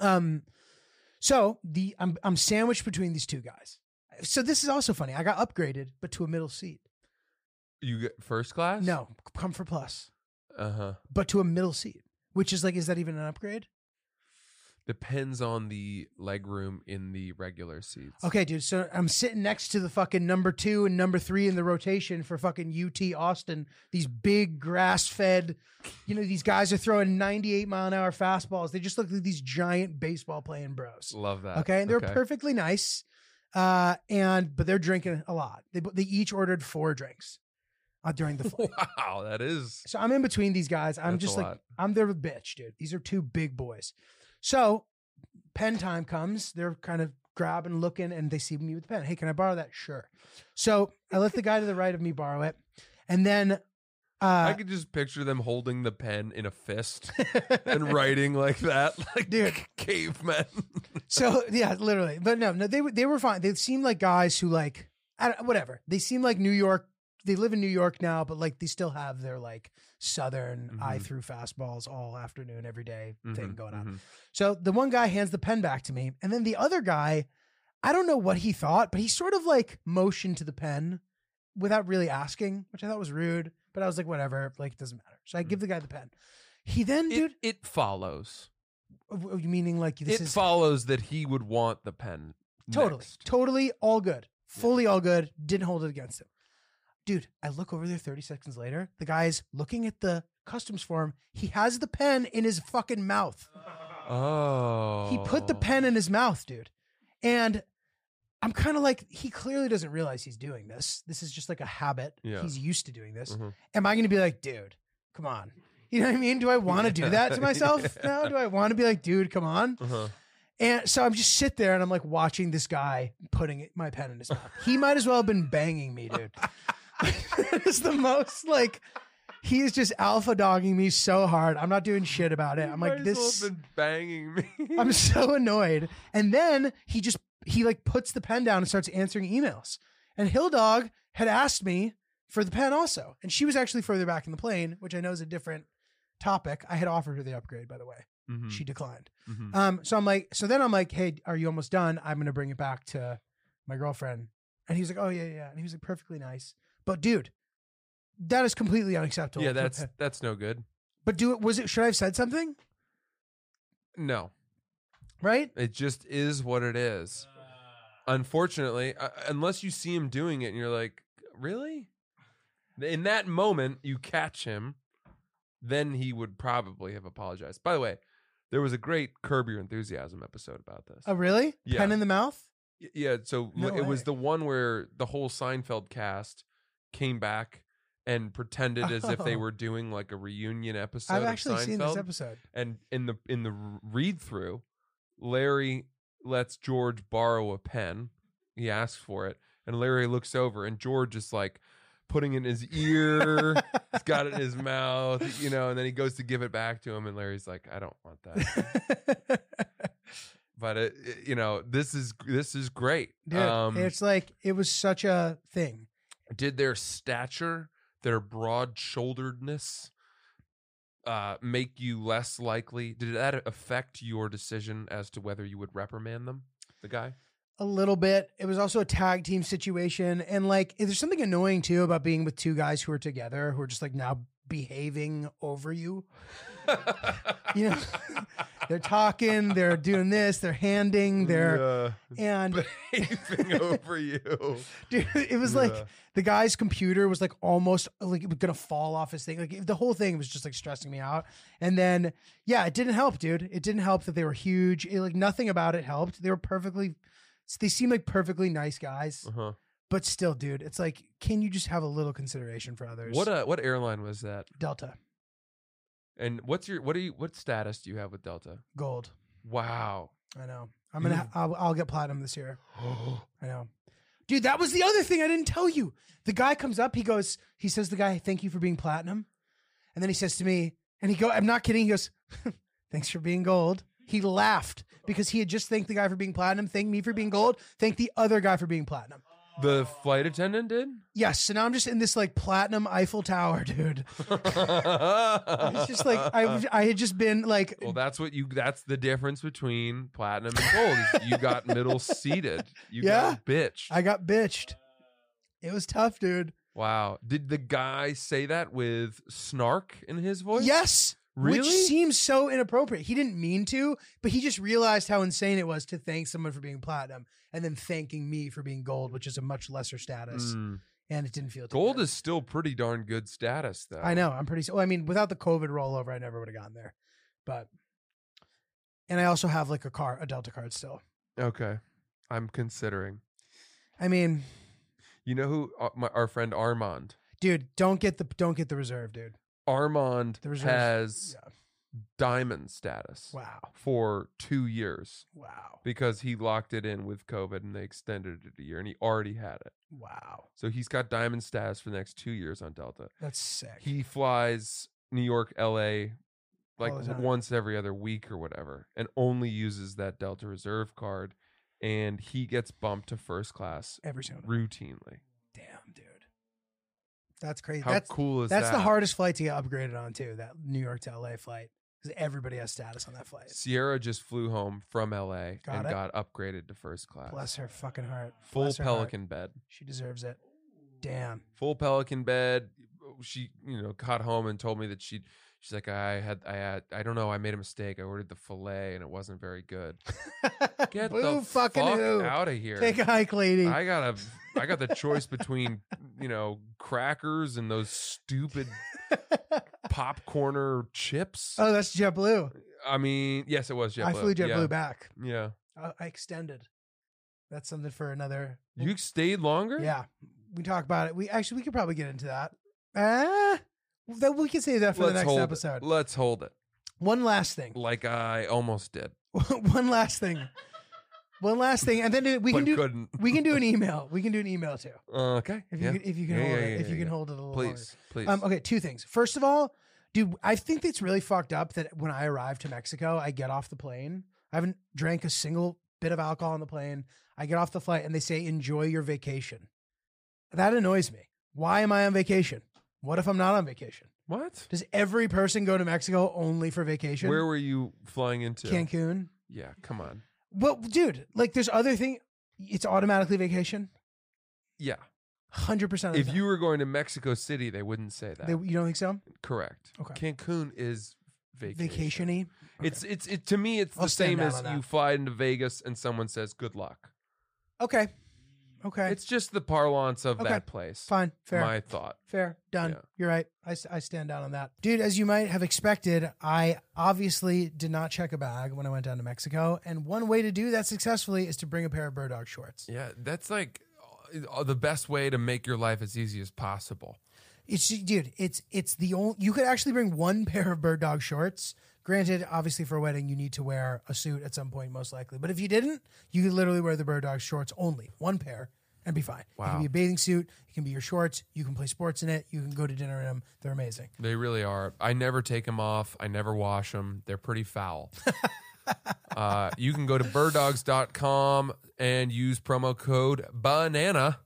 [SPEAKER 7] Um, so the I'm I'm sandwiched between these two guys. So this is also funny. I got upgraded, but to a middle seat.
[SPEAKER 6] You get first class?
[SPEAKER 7] No, comfort plus,
[SPEAKER 6] Uh huh.
[SPEAKER 7] but to a middle seat, which is like, is that even an upgrade?
[SPEAKER 6] Depends on the leg room in the regular seats.
[SPEAKER 7] Okay, dude. So I'm sitting next to the fucking number two and number three in the rotation for fucking UT Austin. These big grass fed, you know, these guys are throwing 98 mile an hour fastballs. They just look like these giant baseball playing bros.
[SPEAKER 6] Love that.
[SPEAKER 7] Okay, and they're perfectly nice, uh, and but they're drinking a lot. They they each ordered four drinks uh, during the flight.
[SPEAKER 6] Wow, that is.
[SPEAKER 7] so I'm in between these guys. I'm
[SPEAKER 6] That's a
[SPEAKER 7] just like
[SPEAKER 6] lot.
[SPEAKER 7] I'm their bitch, dude. These are two big boys. So pen time comes. They're kind of grabbing, looking, and they see me with the pen. Hey, can I borrow that? Sure. So I let the guy to the right of me borrow it, and then uh,
[SPEAKER 6] I could just picture them holding the pen in a fist and writing like that, like
[SPEAKER 7] Dude.
[SPEAKER 6] cavemen.
[SPEAKER 7] So yeah, literally. But no, no, they were they were fine. They seemed like guys who like I don't, whatever. They seem like New York. They live in New York now, but like they still have their like southern I
[SPEAKER 6] Mhm.
[SPEAKER 7] threw fastballs all afternoon every day thing
[SPEAKER 6] Mhm,
[SPEAKER 7] going on.
[SPEAKER 6] mhm.
[SPEAKER 7] So the one guy hands the pen back to me, and then the other guy, I don't know what he thought, but he sort of like motioned to the pen without really asking, which I thought was rude. But I was like, whatever, like it doesn't matter. So I give the guy the pen. He then,
[SPEAKER 6] Mm. It, it follows.
[SPEAKER 7] dude, you meaning like this
[SPEAKER 6] it
[SPEAKER 7] is
[SPEAKER 6] follows that he would want the pen.
[SPEAKER 7] Totally.
[SPEAKER 6] next.
[SPEAKER 7] Totally all good. Fully all good. Didn't hold it against him. Dude, I look over there 30 seconds later. The guy's looking at the customs form. He has the pen in his fucking mouth.
[SPEAKER 6] Oh.
[SPEAKER 7] He put the pen in his mouth, dude. And I'm kind of like, he clearly doesn't realize he's doing this. This is just like a habit.
[SPEAKER 6] Yeah.
[SPEAKER 7] He's used to doing this.
[SPEAKER 6] Mhm.
[SPEAKER 7] Am I going to be like, dude, come on? You know what I mean? Do I want to do that to myself? No. Do I want to be like, dude, come on?
[SPEAKER 6] Uh-huh.
[SPEAKER 7] And so I'm just sit there and I'm like watching this guy putting it- my pen in his mouth. He might as well have been banging me, dude. it's the most like he is just alpha dogging me so hard. I'm not doing shit about it. I'm
[SPEAKER 6] Might
[SPEAKER 7] like
[SPEAKER 6] as well
[SPEAKER 7] this.
[SPEAKER 6] have been banging me.
[SPEAKER 7] I'm so annoyed. And then he just he like puts the pen down and starts answering emails. And Hill Dog had asked me for the pen also, and she was actually further back in the plane, which I know is a different topic. I had offered her the upgrade, by the way.
[SPEAKER 6] Mhm,
[SPEAKER 7] She declined.
[SPEAKER 6] mhm.
[SPEAKER 7] Um, so I'm like, so then I'm like, hey, are you almost done? I'm gonna bring it back to my girlfriend. And he was like, oh yeah, yeah. yeah. And he was like, perfectly nice. But dude, that is completely unacceptable.
[SPEAKER 6] Yeah, that's that's no good.
[SPEAKER 7] But do it. Was it? Should I have said something?
[SPEAKER 6] No.
[SPEAKER 7] Right?
[SPEAKER 6] It just is what it is. Unfortunately, uh, unless you see him doing it and you're like, really? In that moment, you catch him, then he would probably have apologized. By the way, there was a great Curb Your Enthusiasm episode about this.
[SPEAKER 7] Oh, really?
[SPEAKER 6] Yeah.
[SPEAKER 7] Pen in the mouth?
[SPEAKER 6] Y- Yeah, so
[SPEAKER 7] No
[SPEAKER 6] l- it was
[SPEAKER 7] way.
[SPEAKER 6] the one where the whole Seinfeld cast came back and pretended as if they
[SPEAKER 7] Oh.
[SPEAKER 6] were doing like a reunion episode.
[SPEAKER 7] I've
[SPEAKER 6] of
[SPEAKER 7] actually seen this
[SPEAKER 6] Seinfeld.
[SPEAKER 7] episode.
[SPEAKER 6] And in the in the read through, Larry lets George borrow a pen. He asks for it, and Larry looks over, and George is like putting it in his ear. He's got it in his mouth, you know, and then he goes to give it back to him, and Larry's like, "I don't want that." but it, it- you know this is this is great
[SPEAKER 7] Dude,
[SPEAKER 6] Um,
[SPEAKER 7] it's like it was such a thing.
[SPEAKER 6] did their stature their broad shoulderedness uh make you less likely did that affect your decision as to whether you would reprimand them the guy
[SPEAKER 7] A little bit. It was also a tag team situation. And like there's something annoying too about being with two guys who are together who are just like now behaving over you. You know, they're talking, they're doing this, they're handing, they're and
[SPEAKER 6] behaving over you
[SPEAKER 7] dude, it was like
[SPEAKER 6] Yeah.
[SPEAKER 7] the guy's computer was like almost like it was gonna fall off his thing. Like the whole thing was just like stressing me out. And then yeah, it didn't help, dude. It didn't help that they were huge. It, like nothing about it helped. They were perfectly. They seemed like perfectly nice guys,
[SPEAKER 6] uh-huh.
[SPEAKER 7] but still, dude, it's like, can you just have a little consideration for others?
[SPEAKER 6] what uh what airline was that
[SPEAKER 7] Delta
[SPEAKER 6] and what's your what do you what status do you have with delta
[SPEAKER 7] Gold.
[SPEAKER 6] wow
[SPEAKER 7] I know. I'm gonna.
[SPEAKER 6] Yeah.
[SPEAKER 7] I'll, I'll get platinum this year. I know. Dude, that was the other thing I didn't tell you. The guy comes up, he goes, he says, to the guy, thank you for being platinum. And then he says to me, and he go, I'm not kidding. He goes, thanks for being gold. He laughed because he had just thanked the guy for being platinum, thanked me for being gold, thanked the other guy for being platinum.
[SPEAKER 6] the flight attendant did
[SPEAKER 7] Yes. So now I'm just in this like platinum Eiffel Tower, dude. It's just like, I, I had just been like,
[SPEAKER 6] Well, that's what you. That's the difference between platinum and gold. is you got middle seated. You
[SPEAKER 7] Yeah.
[SPEAKER 6] got bitched.
[SPEAKER 7] I got bitched. It was tough, dude.
[SPEAKER 6] wow. Did the guy say that with snark in his voice?
[SPEAKER 7] Yes. Which
[SPEAKER 6] Really?
[SPEAKER 7] seems so inappropriate. He didn't mean to, but he just realized how insane it was to thank someone for being platinum and then thanking me for being gold, which is a much lesser status.
[SPEAKER 6] Mm.
[SPEAKER 7] And it didn't feel too
[SPEAKER 6] Gold
[SPEAKER 7] good.
[SPEAKER 6] is still pretty darn good status, though.
[SPEAKER 7] I know. I'm pretty. Well, I mean, without the COVID rollover, I never would have gotten there. But, and I also have like a car, a Delta card still.
[SPEAKER 6] Okay, I'm considering.
[SPEAKER 7] I mean,
[SPEAKER 6] You know who? Uh, my, our friend Armand.
[SPEAKER 7] dude, don't get the don't get the reserve, dude.
[SPEAKER 6] Armand
[SPEAKER 7] The reserves-
[SPEAKER 6] has
[SPEAKER 7] yeah.
[SPEAKER 6] diamond status
[SPEAKER 7] Wow,
[SPEAKER 6] for two years
[SPEAKER 7] wow,
[SPEAKER 6] because he locked it in with COVID and they extended it a year, and he already had it.
[SPEAKER 7] wow.
[SPEAKER 6] So he's got diamond status for the next two years on Delta.
[SPEAKER 7] That's sick.
[SPEAKER 6] He flies New York, LA, like
[SPEAKER 7] All the time.
[SPEAKER 6] once every other week or whatever, and only uses that Delta Reserve card. And he gets bumped to first class
[SPEAKER 7] Every single.
[SPEAKER 6] routinely.
[SPEAKER 7] Damn, dude. That's crazy.
[SPEAKER 6] How
[SPEAKER 7] that's
[SPEAKER 6] cool is
[SPEAKER 7] That's
[SPEAKER 6] that?
[SPEAKER 7] the hardest flight to get upgraded on too. That New York to LA flight because everybody has status on that flight.
[SPEAKER 6] Sierra just flew home from LA
[SPEAKER 7] Got
[SPEAKER 6] and
[SPEAKER 7] it.
[SPEAKER 6] got upgraded to first class.
[SPEAKER 7] Bless her fucking heart.
[SPEAKER 6] Full
[SPEAKER 7] Bless her heart.
[SPEAKER 6] Pelican bed.
[SPEAKER 7] She deserves it. Damn.
[SPEAKER 6] full pelican bed she you know got home and told me that she she's like i had i had i don't know i made a mistake i ordered the fillet and it wasn't very good get
[SPEAKER 7] Boo
[SPEAKER 6] the fucking
[SPEAKER 7] fucking who.
[SPEAKER 6] out of here
[SPEAKER 7] Take a hike, lady.
[SPEAKER 6] i got a i got the choice between you know crackers and those stupid popcorner chips
[SPEAKER 7] oh, that's JetBlue.
[SPEAKER 6] i mean yes it was JetBlue.
[SPEAKER 7] I flew
[SPEAKER 6] yeah.
[SPEAKER 7] JetBlue back.
[SPEAKER 6] yeah
[SPEAKER 7] I, I extended. That's something for another.
[SPEAKER 6] you stayed longer
[SPEAKER 7] Yeah, we talk about it. We actually we could probably get into that. Ah, that we can save that for
[SPEAKER 6] let's
[SPEAKER 7] the next
[SPEAKER 6] hold it.
[SPEAKER 7] episode.
[SPEAKER 6] let's hold it
[SPEAKER 7] One last thing.
[SPEAKER 6] like i almost did
[SPEAKER 7] One last thing. One last thing, and then we
[SPEAKER 6] but
[SPEAKER 7] can do.
[SPEAKER 6] couldn't
[SPEAKER 7] We can do an email. We can do an email too.
[SPEAKER 6] Uh, okay
[SPEAKER 7] If
[SPEAKER 6] yeah.
[SPEAKER 7] you can, if you can
[SPEAKER 6] Yeah,
[SPEAKER 7] hold
[SPEAKER 6] yeah,
[SPEAKER 7] it,
[SPEAKER 6] yeah,
[SPEAKER 7] if you
[SPEAKER 6] yeah,
[SPEAKER 7] can
[SPEAKER 6] yeah.
[SPEAKER 7] hold it a little
[SPEAKER 6] please please
[SPEAKER 7] longer. Um, okay, two things. First of all, dude, I think it's really fucked up that when I arrive to Mexico, I get off the plane. I haven't drank a single bit of alcohol on the plane. I get off the flight and they say, enjoy your vacation. That annoys me. Why am I on vacation? What if I'm not on vacation?
[SPEAKER 6] What?
[SPEAKER 7] Does every person go to Mexico only for vacation?
[SPEAKER 6] Where were you flying into?
[SPEAKER 7] Cancun?
[SPEAKER 6] Yeah, come on.
[SPEAKER 7] Well, dude, like there's other thing. It's automatically vacation.
[SPEAKER 6] Yeah.
[SPEAKER 7] 100% of the
[SPEAKER 6] If
[SPEAKER 7] time.
[SPEAKER 6] you were going to Mexico City, they wouldn't say that.
[SPEAKER 7] They- you don't think so?
[SPEAKER 6] Correct.
[SPEAKER 7] Okay.
[SPEAKER 6] Cancun is vacation.
[SPEAKER 7] Vacationy.
[SPEAKER 6] It's it's it to me it's
[SPEAKER 7] I'll
[SPEAKER 6] the
[SPEAKER 7] stand
[SPEAKER 6] same
[SPEAKER 7] down
[SPEAKER 6] as
[SPEAKER 7] on that.
[SPEAKER 6] you fly into Vegas and someone says good luck.
[SPEAKER 7] Okay. Okay.
[SPEAKER 6] It's just the parlance of
[SPEAKER 7] Okay.
[SPEAKER 6] that place.
[SPEAKER 7] fine. Fair.
[SPEAKER 6] My thought.
[SPEAKER 7] Fair. Done.
[SPEAKER 6] Yeah.
[SPEAKER 7] You're right. I, s- I stand down on that. Dude, as you might have expected, I obviously did not check a bag when I went down to Mexico. And one way to do that successfully is to bring a pair of Burdog shorts.
[SPEAKER 6] Yeah, that's like uh, the best way to make your life as easy as possible.
[SPEAKER 7] It's dude, it's it's the only you could actually bring one pair of bird dog shorts. Granted, obviously for a wedding you need to wear a suit at some point, most likely. But if you didn't, you could literally wear the bird dog shorts only, one pair, and be fine. It
[SPEAKER 6] Wow.
[SPEAKER 7] can be a bathing suit, it can be your shorts, you can play sports in it, you can go to dinner in them. They're amazing.
[SPEAKER 6] They really are. I never take them off. I never wash them. They're pretty foul. uh, you can go to birddogs.com and use promo code banana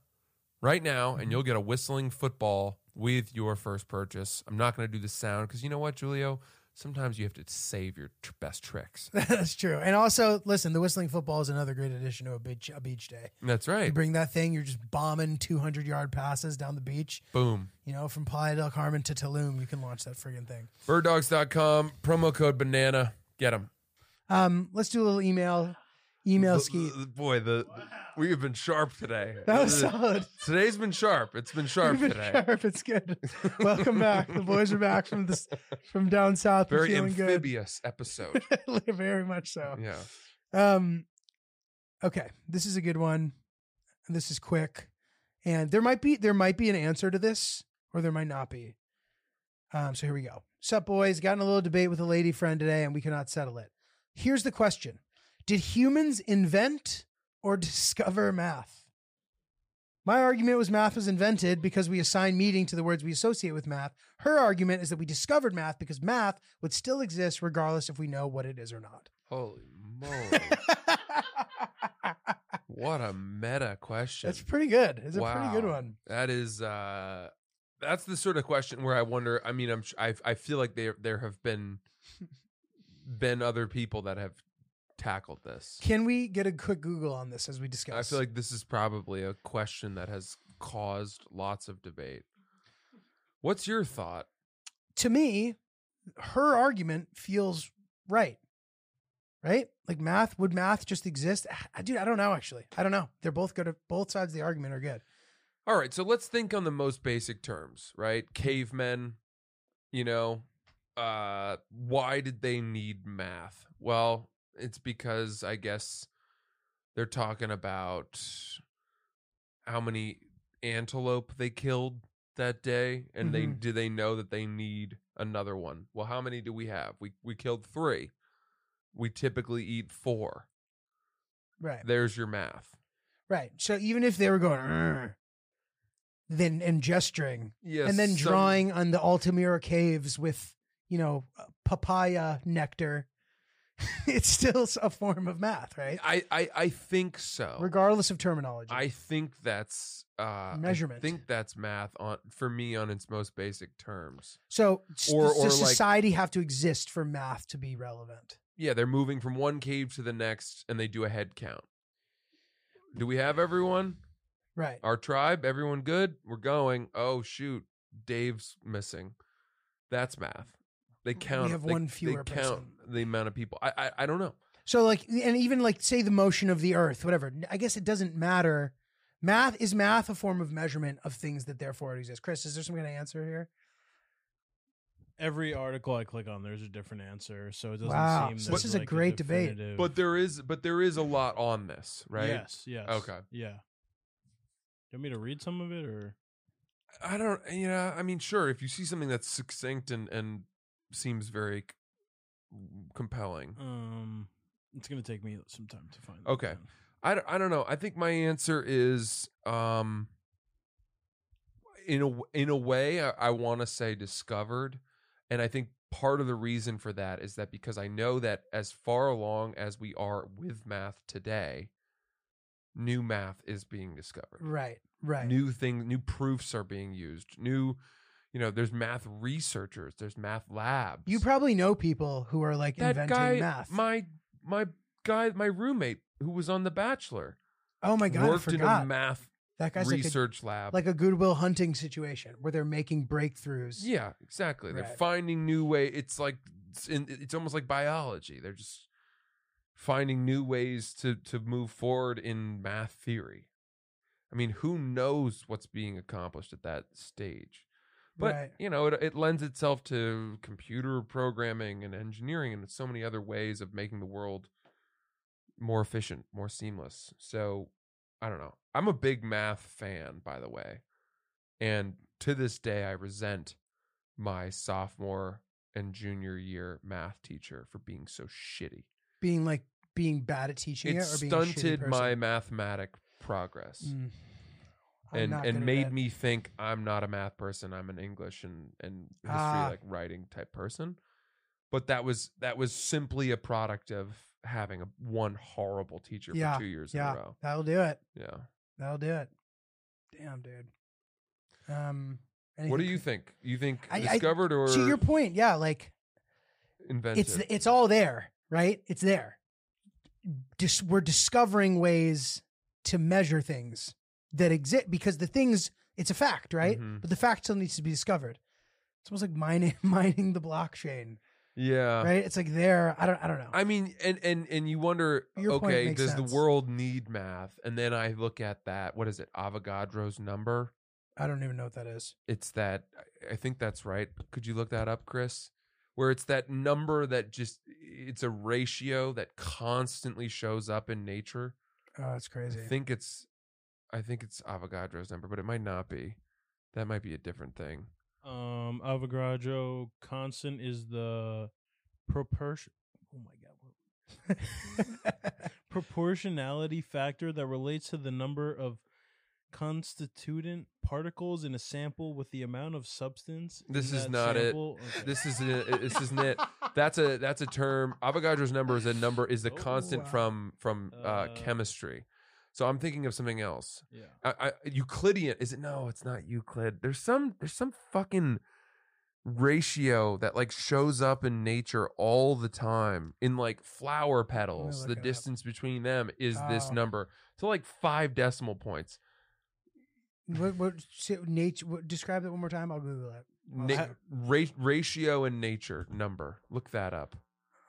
[SPEAKER 6] right now, and you'll get a whistling football with your first purchase. I'm not going to do the sound because you know what, Julio? Sometimes you have to save your tr- best tricks.
[SPEAKER 7] That's true. And also, listen, the whistling football is another great addition to a beach a beach day.
[SPEAKER 6] That's
[SPEAKER 7] You
[SPEAKER 6] right.
[SPEAKER 7] bring that thing, you're just bombing 200 yard passes down the beach.
[SPEAKER 6] Boom.
[SPEAKER 7] You know, from Playa del Carmen to Tulum, you can launch that friggin' thing.
[SPEAKER 6] Birddogs.com, promo code banana. Get them.
[SPEAKER 7] Um, let's do a little email, email skeet.
[SPEAKER 6] Boy, the, we have been sharp today.
[SPEAKER 7] That was solid.
[SPEAKER 6] Today's been sharp. It's been sharp
[SPEAKER 7] You've been
[SPEAKER 6] today.
[SPEAKER 7] sharp. It's good. Welcome back. The boys are back from this from down south. We're
[SPEAKER 6] Very
[SPEAKER 7] feeling
[SPEAKER 6] amphibious episode.
[SPEAKER 7] good. Very much so.
[SPEAKER 6] yeah.
[SPEAKER 7] Um, okay, this is a good one. And This is quick, and there might be there might be an answer to this, or there might not be. Um, so here we go. Sup, boys? Got in a little debate with a lady friend today, and we cannot settle it. Here's the question: Did humans invent or discover math? My argument was math was invented because we assign meaning to the words we associate with math. Her argument is that we discovered math because math would still exist regardless if we know what it is or not.
[SPEAKER 6] Holy moly. what a meta question.
[SPEAKER 7] That's pretty good. It's a pretty good
[SPEAKER 6] Wow.
[SPEAKER 7] one.
[SPEAKER 6] That is uh that's the sort of question where I wonder, I mean, I'm sh- I I feel like there there have been been other people that have tackled this.
[SPEAKER 7] Can we get a quick Google on this as we discuss?
[SPEAKER 6] I feel like this is probably a question that has caused lots of debate. What's your thought?
[SPEAKER 7] to me, her argument feels right. Right? Like math, would math just exist? Ah, I- Dude, I don't know actually. I don't know. They're both good. Both sides of the argument are good.
[SPEAKER 6] All right, so let's think on the most basic terms, right? Cavemen, you know, uh why did they need math? Well, it's because I guess they're talking about how many antelope they killed that day and they
[SPEAKER 7] Mhm.
[SPEAKER 6] do they know that they need another one. Well, how many do we have? We we killed 3. We typically eat 4.
[SPEAKER 7] Right.
[SPEAKER 6] There's your math.
[SPEAKER 7] Right. So even if they were going "Arr," then and gesturing
[SPEAKER 6] Yes.
[SPEAKER 7] and then
[SPEAKER 6] some-
[SPEAKER 7] drawing on the Altamira caves with, you know, papaya nectar, it's still a form of math, right?
[SPEAKER 6] I I I think so.
[SPEAKER 7] Regardless of terminology.
[SPEAKER 6] I think that's uh,
[SPEAKER 7] Measurement.
[SPEAKER 6] I think that's math on for me on its most basic terms.
[SPEAKER 7] So s-
[SPEAKER 6] Or-
[SPEAKER 7] does
[SPEAKER 6] or, like-
[SPEAKER 7] society have to exist for math to be relevant?
[SPEAKER 6] Yeah, they're moving from one cave to the next, and they do a head count. Do we have everyone?
[SPEAKER 7] Right.
[SPEAKER 6] Our tribe, everyone good? We're going. Oh shoot, Dave's missing. That's math. They count.
[SPEAKER 7] have
[SPEAKER 6] they-
[SPEAKER 7] one
[SPEAKER 6] they
[SPEAKER 7] fewer
[SPEAKER 6] count the amount of people. I, I I don't know.
[SPEAKER 7] So like e, and even like say the motion of the earth, whatever. N- I guess it doesn't matter. Math is math a form of measurement of things that therefore exist. Chris, is there some kind of answer here?
[SPEAKER 3] Every article I click on, there's a different answer, so it doesn't
[SPEAKER 7] Wow.
[SPEAKER 3] seem.
[SPEAKER 7] So
[SPEAKER 3] that
[SPEAKER 7] this is a
[SPEAKER 3] like
[SPEAKER 7] great debate.
[SPEAKER 3] definitive-
[SPEAKER 6] But there is but there is a lot on this, right?
[SPEAKER 3] Yes. Yes.
[SPEAKER 6] Okay.
[SPEAKER 3] Yeah. You want me to read some of it, or
[SPEAKER 6] I don't, you know, I mean, sure, if you see something that's succinct and and seems very c- compelling,
[SPEAKER 3] um, it's gonna take me some time to find. that
[SPEAKER 6] Okay.
[SPEAKER 3] one.
[SPEAKER 6] I don't, I don't know. I think my answer is, um, in a w- in a way, I, I want to say discovered, and I think part of the reason for that is that because I know that as far along as we are with math today, new math is being discovered.
[SPEAKER 7] Right. Right.
[SPEAKER 6] new things new proofs are being used new you know there's math researchers there's math labs
[SPEAKER 7] you probably know people who are like
[SPEAKER 6] that
[SPEAKER 7] inventing
[SPEAKER 6] guy
[SPEAKER 7] math.
[SPEAKER 6] my my guy my roommate who was on the bachelor
[SPEAKER 7] oh my god, I
[SPEAKER 6] worked in a
[SPEAKER 7] forgot.
[SPEAKER 6] math
[SPEAKER 7] that guy's like a,
[SPEAKER 6] research lab
[SPEAKER 7] like a goodwill hunting situation where they're making breakthroughs.
[SPEAKER 6] yeah exactly they're
[SPEAKER 7] Right.
[SPEAKER 6] finding new way it's like it's, in, it's almost like biology they're just finding new ways to to move forward in math theory I mean, who knows what's being accomplished at that stage? But
[SPEAKER 7] Right.
[SPEAKER 6] you know, it, it lends itself to computer programming and engineering and so many other ways of making the world more efficient, more seamless. So I don't know. I'm a big math fan, by the way. And to this day I resent my sophomore and junior year math teacher for being so shitty.
[SPEAKER 7] being like being bad at teaching
[SPEAKER 6] it
[SPEAKER 7] it, or being a shitty
[SPEAKER 6] stunted
[SPEAKER 7] person?
[SPEAKER 6] my mathematic progress
[SPEAKER 7] Mm. I'm
[SPEAKER 6] and
[SPEAKER 7] not good
[SPEAKER 6] and
[SPEAKER 7] at
[SPEAKER 6] made
[SPEAKER 7] that.
[SPEAKER 6] me think I'm not a math person. I'm an English and and history
[SPEAKER 7] Ah.
[SPEAKER 6] like writing type person. But that was that was simply a product of having a one horrible teacher
[SPEAKER 7] Yeah,
[SPEAKER 6] for two years
[SPEAKER 7] yeah
[SPEAKER 6] in a row.
[SPEAKER 7] that'll do it
[SPEAKER 6] Yeah.
[SPEAKER 7] that'll do it damn dude um
[SPEAKER 6] what do
[SPEAKER 7] anything
[SPEAKER 6] you
[SPEAKER 7] cr-
[SPEAKER 6] think? You think
[SPEAKER 7] I- I-
[SPEAKER 6] discovered or
[SPEAKER 7] to your point yeah like
[SPEAKER 6] invented?
[SPEAKER 7] it's it's all there right it's there Dis- we're discovering ways to measure things that exist because the things it's a fact right
[SPEAKER 6] Mhm.
[SPEAKER 7] but the fact still needs to be discovered it's almost like mining mining the blockchain
[SPEAKER 6] yeah.
[SPEAKER 7] right it's like there i don't i don't know
[SPEAKER 6] Uh. I mean, and and and you wonder,
[SPEAKER 7] Your point
[SPEAKER 6] okay,
[SPEAKER 7] makes
[SPEAKER 6] does
[SPEAKER 7] sense.
[SPEAKER 6] the world need math? And then I look at that. What is it? Avogadro's number.
[SPEAKER 7] i don't even know what that is
[SPEAKER 6] it's that I- I think that's right. Could you look that up, Chris? Where it's that number that just it's a ratio that constantly shows up in nature.
[SPEAKER 7] oh that's
[SPEAKER 6] I
[SPEAKER 7] crazy
[SPEAKER 6] think it's I think it's Avogadro's number, but it might not be. That might be a different thing.
[SPEAKER 3] Um, Avogadro constant is the proportion. Oh my god, what- proportionality factor that relates to the number of constituent particles in a sample with the amount of substance. in
[SPEAKER 6] This is
[SPEAKER 3] that
[SPEAKER 6] not it.
[SPEAKER 3] sample. Okay.
[SPEAKER 6] This is a, uh, this isn't it. That's a that's a term. Avogadro's number is a number is a
[SPEAKER 3] Oh,
[SPEAKER 6] constant
[SPEAKER 7] wow.
[SPEAKER 6] from from uh,
[SPEAKER 3] Uh,
[SPEAKER 6] chemistry. So I'm thinking of something else.
[SPEAKER 3] yeah.
[SPEAKER 6] I, I, Euclidean is it? No, it's not Euclid. There's some there's some fucking ratio that like shows up in nature all the time in like flower petals.
[SPEAKER 7] look
[SPEAKER 6] The
[SPEAKER 7] it up.
[SPEAKER 6] distance between them is this
[SPEAKER 7] Oh.
[SPEAKER 6] number to like five decimal points.
[SPEAKER 7] what, what, so, nature, what describe it one more time i'll google it
[SPEAKER 6] Na-
[SPEAKER 7] Wow.
[SPEAKER 6] ra- ratio in nature number. Look that up.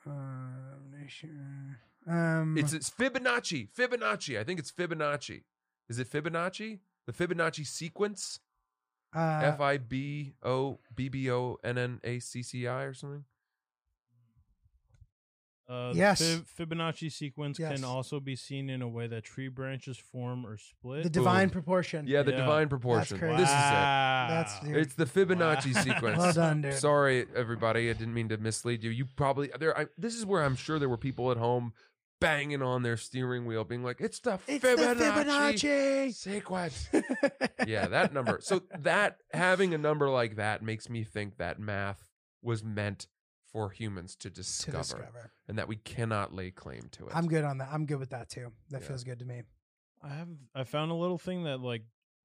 [SPEAKER 7] um, nation- um
[SPEAKER 6] It's it's Fibonacci. Fibonacci. I think it's Fibonacci. Is it Fibonacci? The Fibonacci sequence.
[SPEAKER 7] uh,
[SPEAKER 6] F I B O B B O N N A C C I or something.
[SPEAKER 3] Uh, the
[SPEAKER 7] Yes.
[SPEAKER 3] Fib- Fibonacci sequence
[SPEAKER 7] Yes.
[SPEAKER 3] can also be seen in a way that tree branches form or split.
[SPEAKER 7] the divine
[SPEAKER 6] Boom.
[SPEAKER 7] proportion
[SPEAKER 6] Yeah, the
[SPEAKER 3] Yeah.
[SPEAKER 6] divine proportion.
[SPEAKER 7] crazy.
[SPEAKER 6] This is
[SPEAKER 3] Wow.
[SPEAKER 7] That's-
[SPEAKER 6] it. It's the Fibonacci
[SPEAKER 3] Wow.
[SPEAKER 6] sequence.
[SPEAKER 7] well done dude
[SPEAKER 6] Sorry, everybody. I didn't mean to mislead you. You probably there. I, this is where I'm sure there were people at home banging on their steering wheel, being like, "It's the
[SPEAKER 7] it's
[SPEAKER 6] Fibonacci,
[SPEAKER 7] the
[SPEAKER 6] sequence."
[SPEAKER 7] Fibonacci.
[SPEAKER 6] yeah, that number. So that having a number like that makes me think that math was meant for humans to
[SPEAKER 7] to
[SPEAKER 6] discover,
[SPEAKER 7] discover.
[SPEAKER 6] and that we cannot lay claim to it.
[SPEAKER 7] I'm good on that. I'm good with that too. That
[SPEAKER 6] Yeah.
[SPEAKER 7] feels good to me.
[SPEAKER 3] I have I found a little thing that like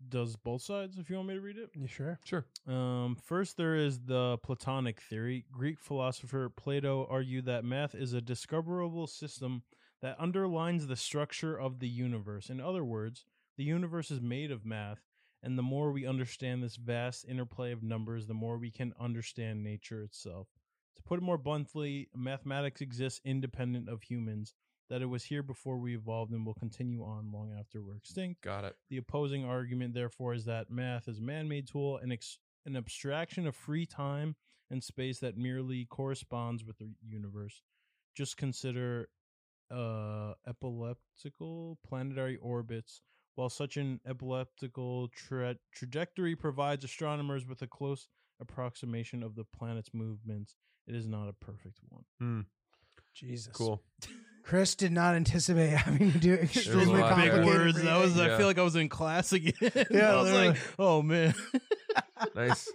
[SPEAKER 3] does both sides if you want me to read it.
[SPEAKER 7] You sure?
[SPEAKER 6] sure.
[SPEAKER 3] Um, first, there is the Platonic theory. Greek philosopher Plato argued that math is a discoverable system that underlines the structure of the universe. In other words, the universe is made of math, and the more we understand this vast interplay of numbers, the more we can understand nature itself. To put it more bluntly, mathematics exists independent of humans, that it was here before we evolved and will continue on long after we're extinct.
[SPEAKER 6] Got it.
[SPEAKER 3] The opposing argument, therefore, is that math is a man made tool, an, ex- an abstraction of free time and space that merely corresponds with the universe. Just consider uh, epileptical planetary orbits. While such an epileptical tra- trajectory provides astronomers with a close approximation of the planet's movements, it is not a perfect one.
[SPEAKER 7] Jesus.
[SPEAKER 6] Cool.
[SPEAKER 7] Chris did not anticipate having to do extremely
[SPEAKER 6] lot there.
[SPEAKER 7] complicated
[SPEAKER 3] big words. That was.
[SPEAKER 6] Yeah.
[SPEAKER 3] I feel like I was in class again.
[SPEAKER 7] Yeah,
[SPEAKER 3] I was like, oh man.
[SPEAKER 6] Nice.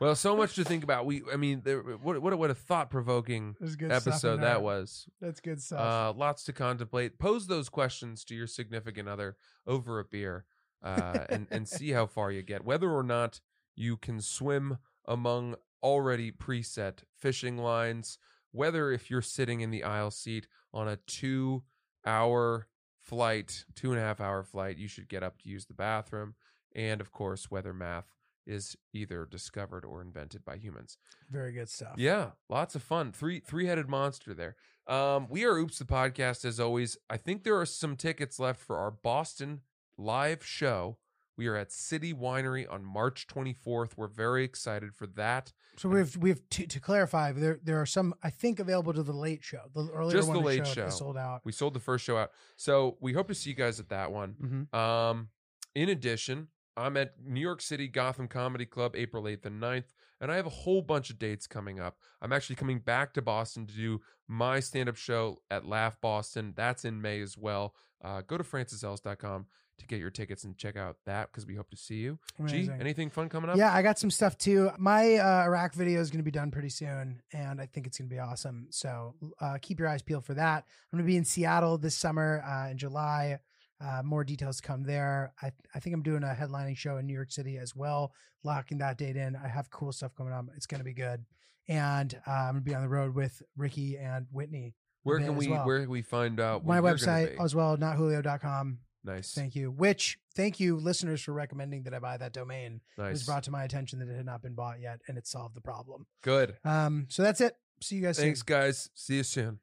[SPEAKER 6] well, so much to think about. We, I mean, there, what, what, a- what a thought provoking
[SPEAKER 7] That's good stuff in
[SPEAKER 6] episode
[SPEAKER 7] there.
[SPEAKER 6] that was.
[SPEAKER 7] That's good stuff.
[SPEAKER 6] Uh, lots to contemplate. Pose those questions to your significant other over a beer, uh, and and see how far you get. Whether or not you can swim among already preset fishing lines. Whether if you're sitting in the aisle seat on a two hour flight, two and a half hour flight, you should get up to use the bathroom. And of course, whether math is either discovered or invented by humans.
[SPEAKER 7] Very good stuff.
[SPEAKER 6] Yeah, lots of fun. Three three headed monster there. Um, we are Oops the podcast as always. I think there are some tickets left for our Boston live show. We are at City Winery on March 24th. We're very excited for that.
[SPEAKER 7] So we have we have to, to clarify. There there are some I think available to the late show. The earlier
[SPEAKER 6] Just
[SPEAKER 7] one
[SPEAKER 6] the
[SPEAKER 7] we
[SPEAKER 6] late
[SPEAKER 7] showed
[SPEAKER 6] show.
[SPEAKER 7] is sold out.
[SPEAKER 6] We sold the first show out. So we hope to see you guys at that one.
[SPEAKER 7] Mhm.
[SPEAKER 6] Um, in addition, I'm at New York City Gotham Comedy Club April 8th and 9th, and I have a whole bunch of dates coming up. I'm actually coming back to Boston to do my stand up show at Laugh Boston. That's in May as well. Uh, go to francisells.com to get your tickets and check out that because we hope to see you. Gee,
[SPEAKER 7] Amazing.
[SPEAKER 6] anything fun coming up?
[SPEAKER 7] Yeah, I got some stuff too. My uh, Iraq video is going to be done pretty soon, and I think it's going to be awesome. So uh, keep your eyes peeled for that. I'm going to be in Seattle this summer uh, in July. Uh, more details come there. I, I think I'm doing a headlining show in New York City as well, locking that date in. I have cool stuff coming up. It's going to be good. And uh, I'm going to be on the road with Ricky and Whitney.
[SPEAKER 6] Where
[SPEAKER 7] bit
[SPEAKER 6] can
[SPEAKER 7] as
[SPEAKER 6] we
[SPEAKER 7] well.
[SPEAKER 6] where can we find out?
[SPEAKER 7] My
[SPEAKER 6] where you're gonna
[SPEAKER 7] website
[SPEAKER 6] be?
[SPEAKER 7] as well, notjulio.com.
[SPEAKER 6] Nice.
[SPEAKER 7] Thank you. Which, thank you, listeners, for recommending that I buy that domain. It was
[SPEAKER 6] Nice.
[SPEAKER 7] brought to my attention that it had not been bought yet, and it solved the problem.
[SPEAKER 6] Good.
[SPEAKER 7] Um, so that's it. See you guys soon.
[SPEAKER 6] Thanks, guys. See you soon.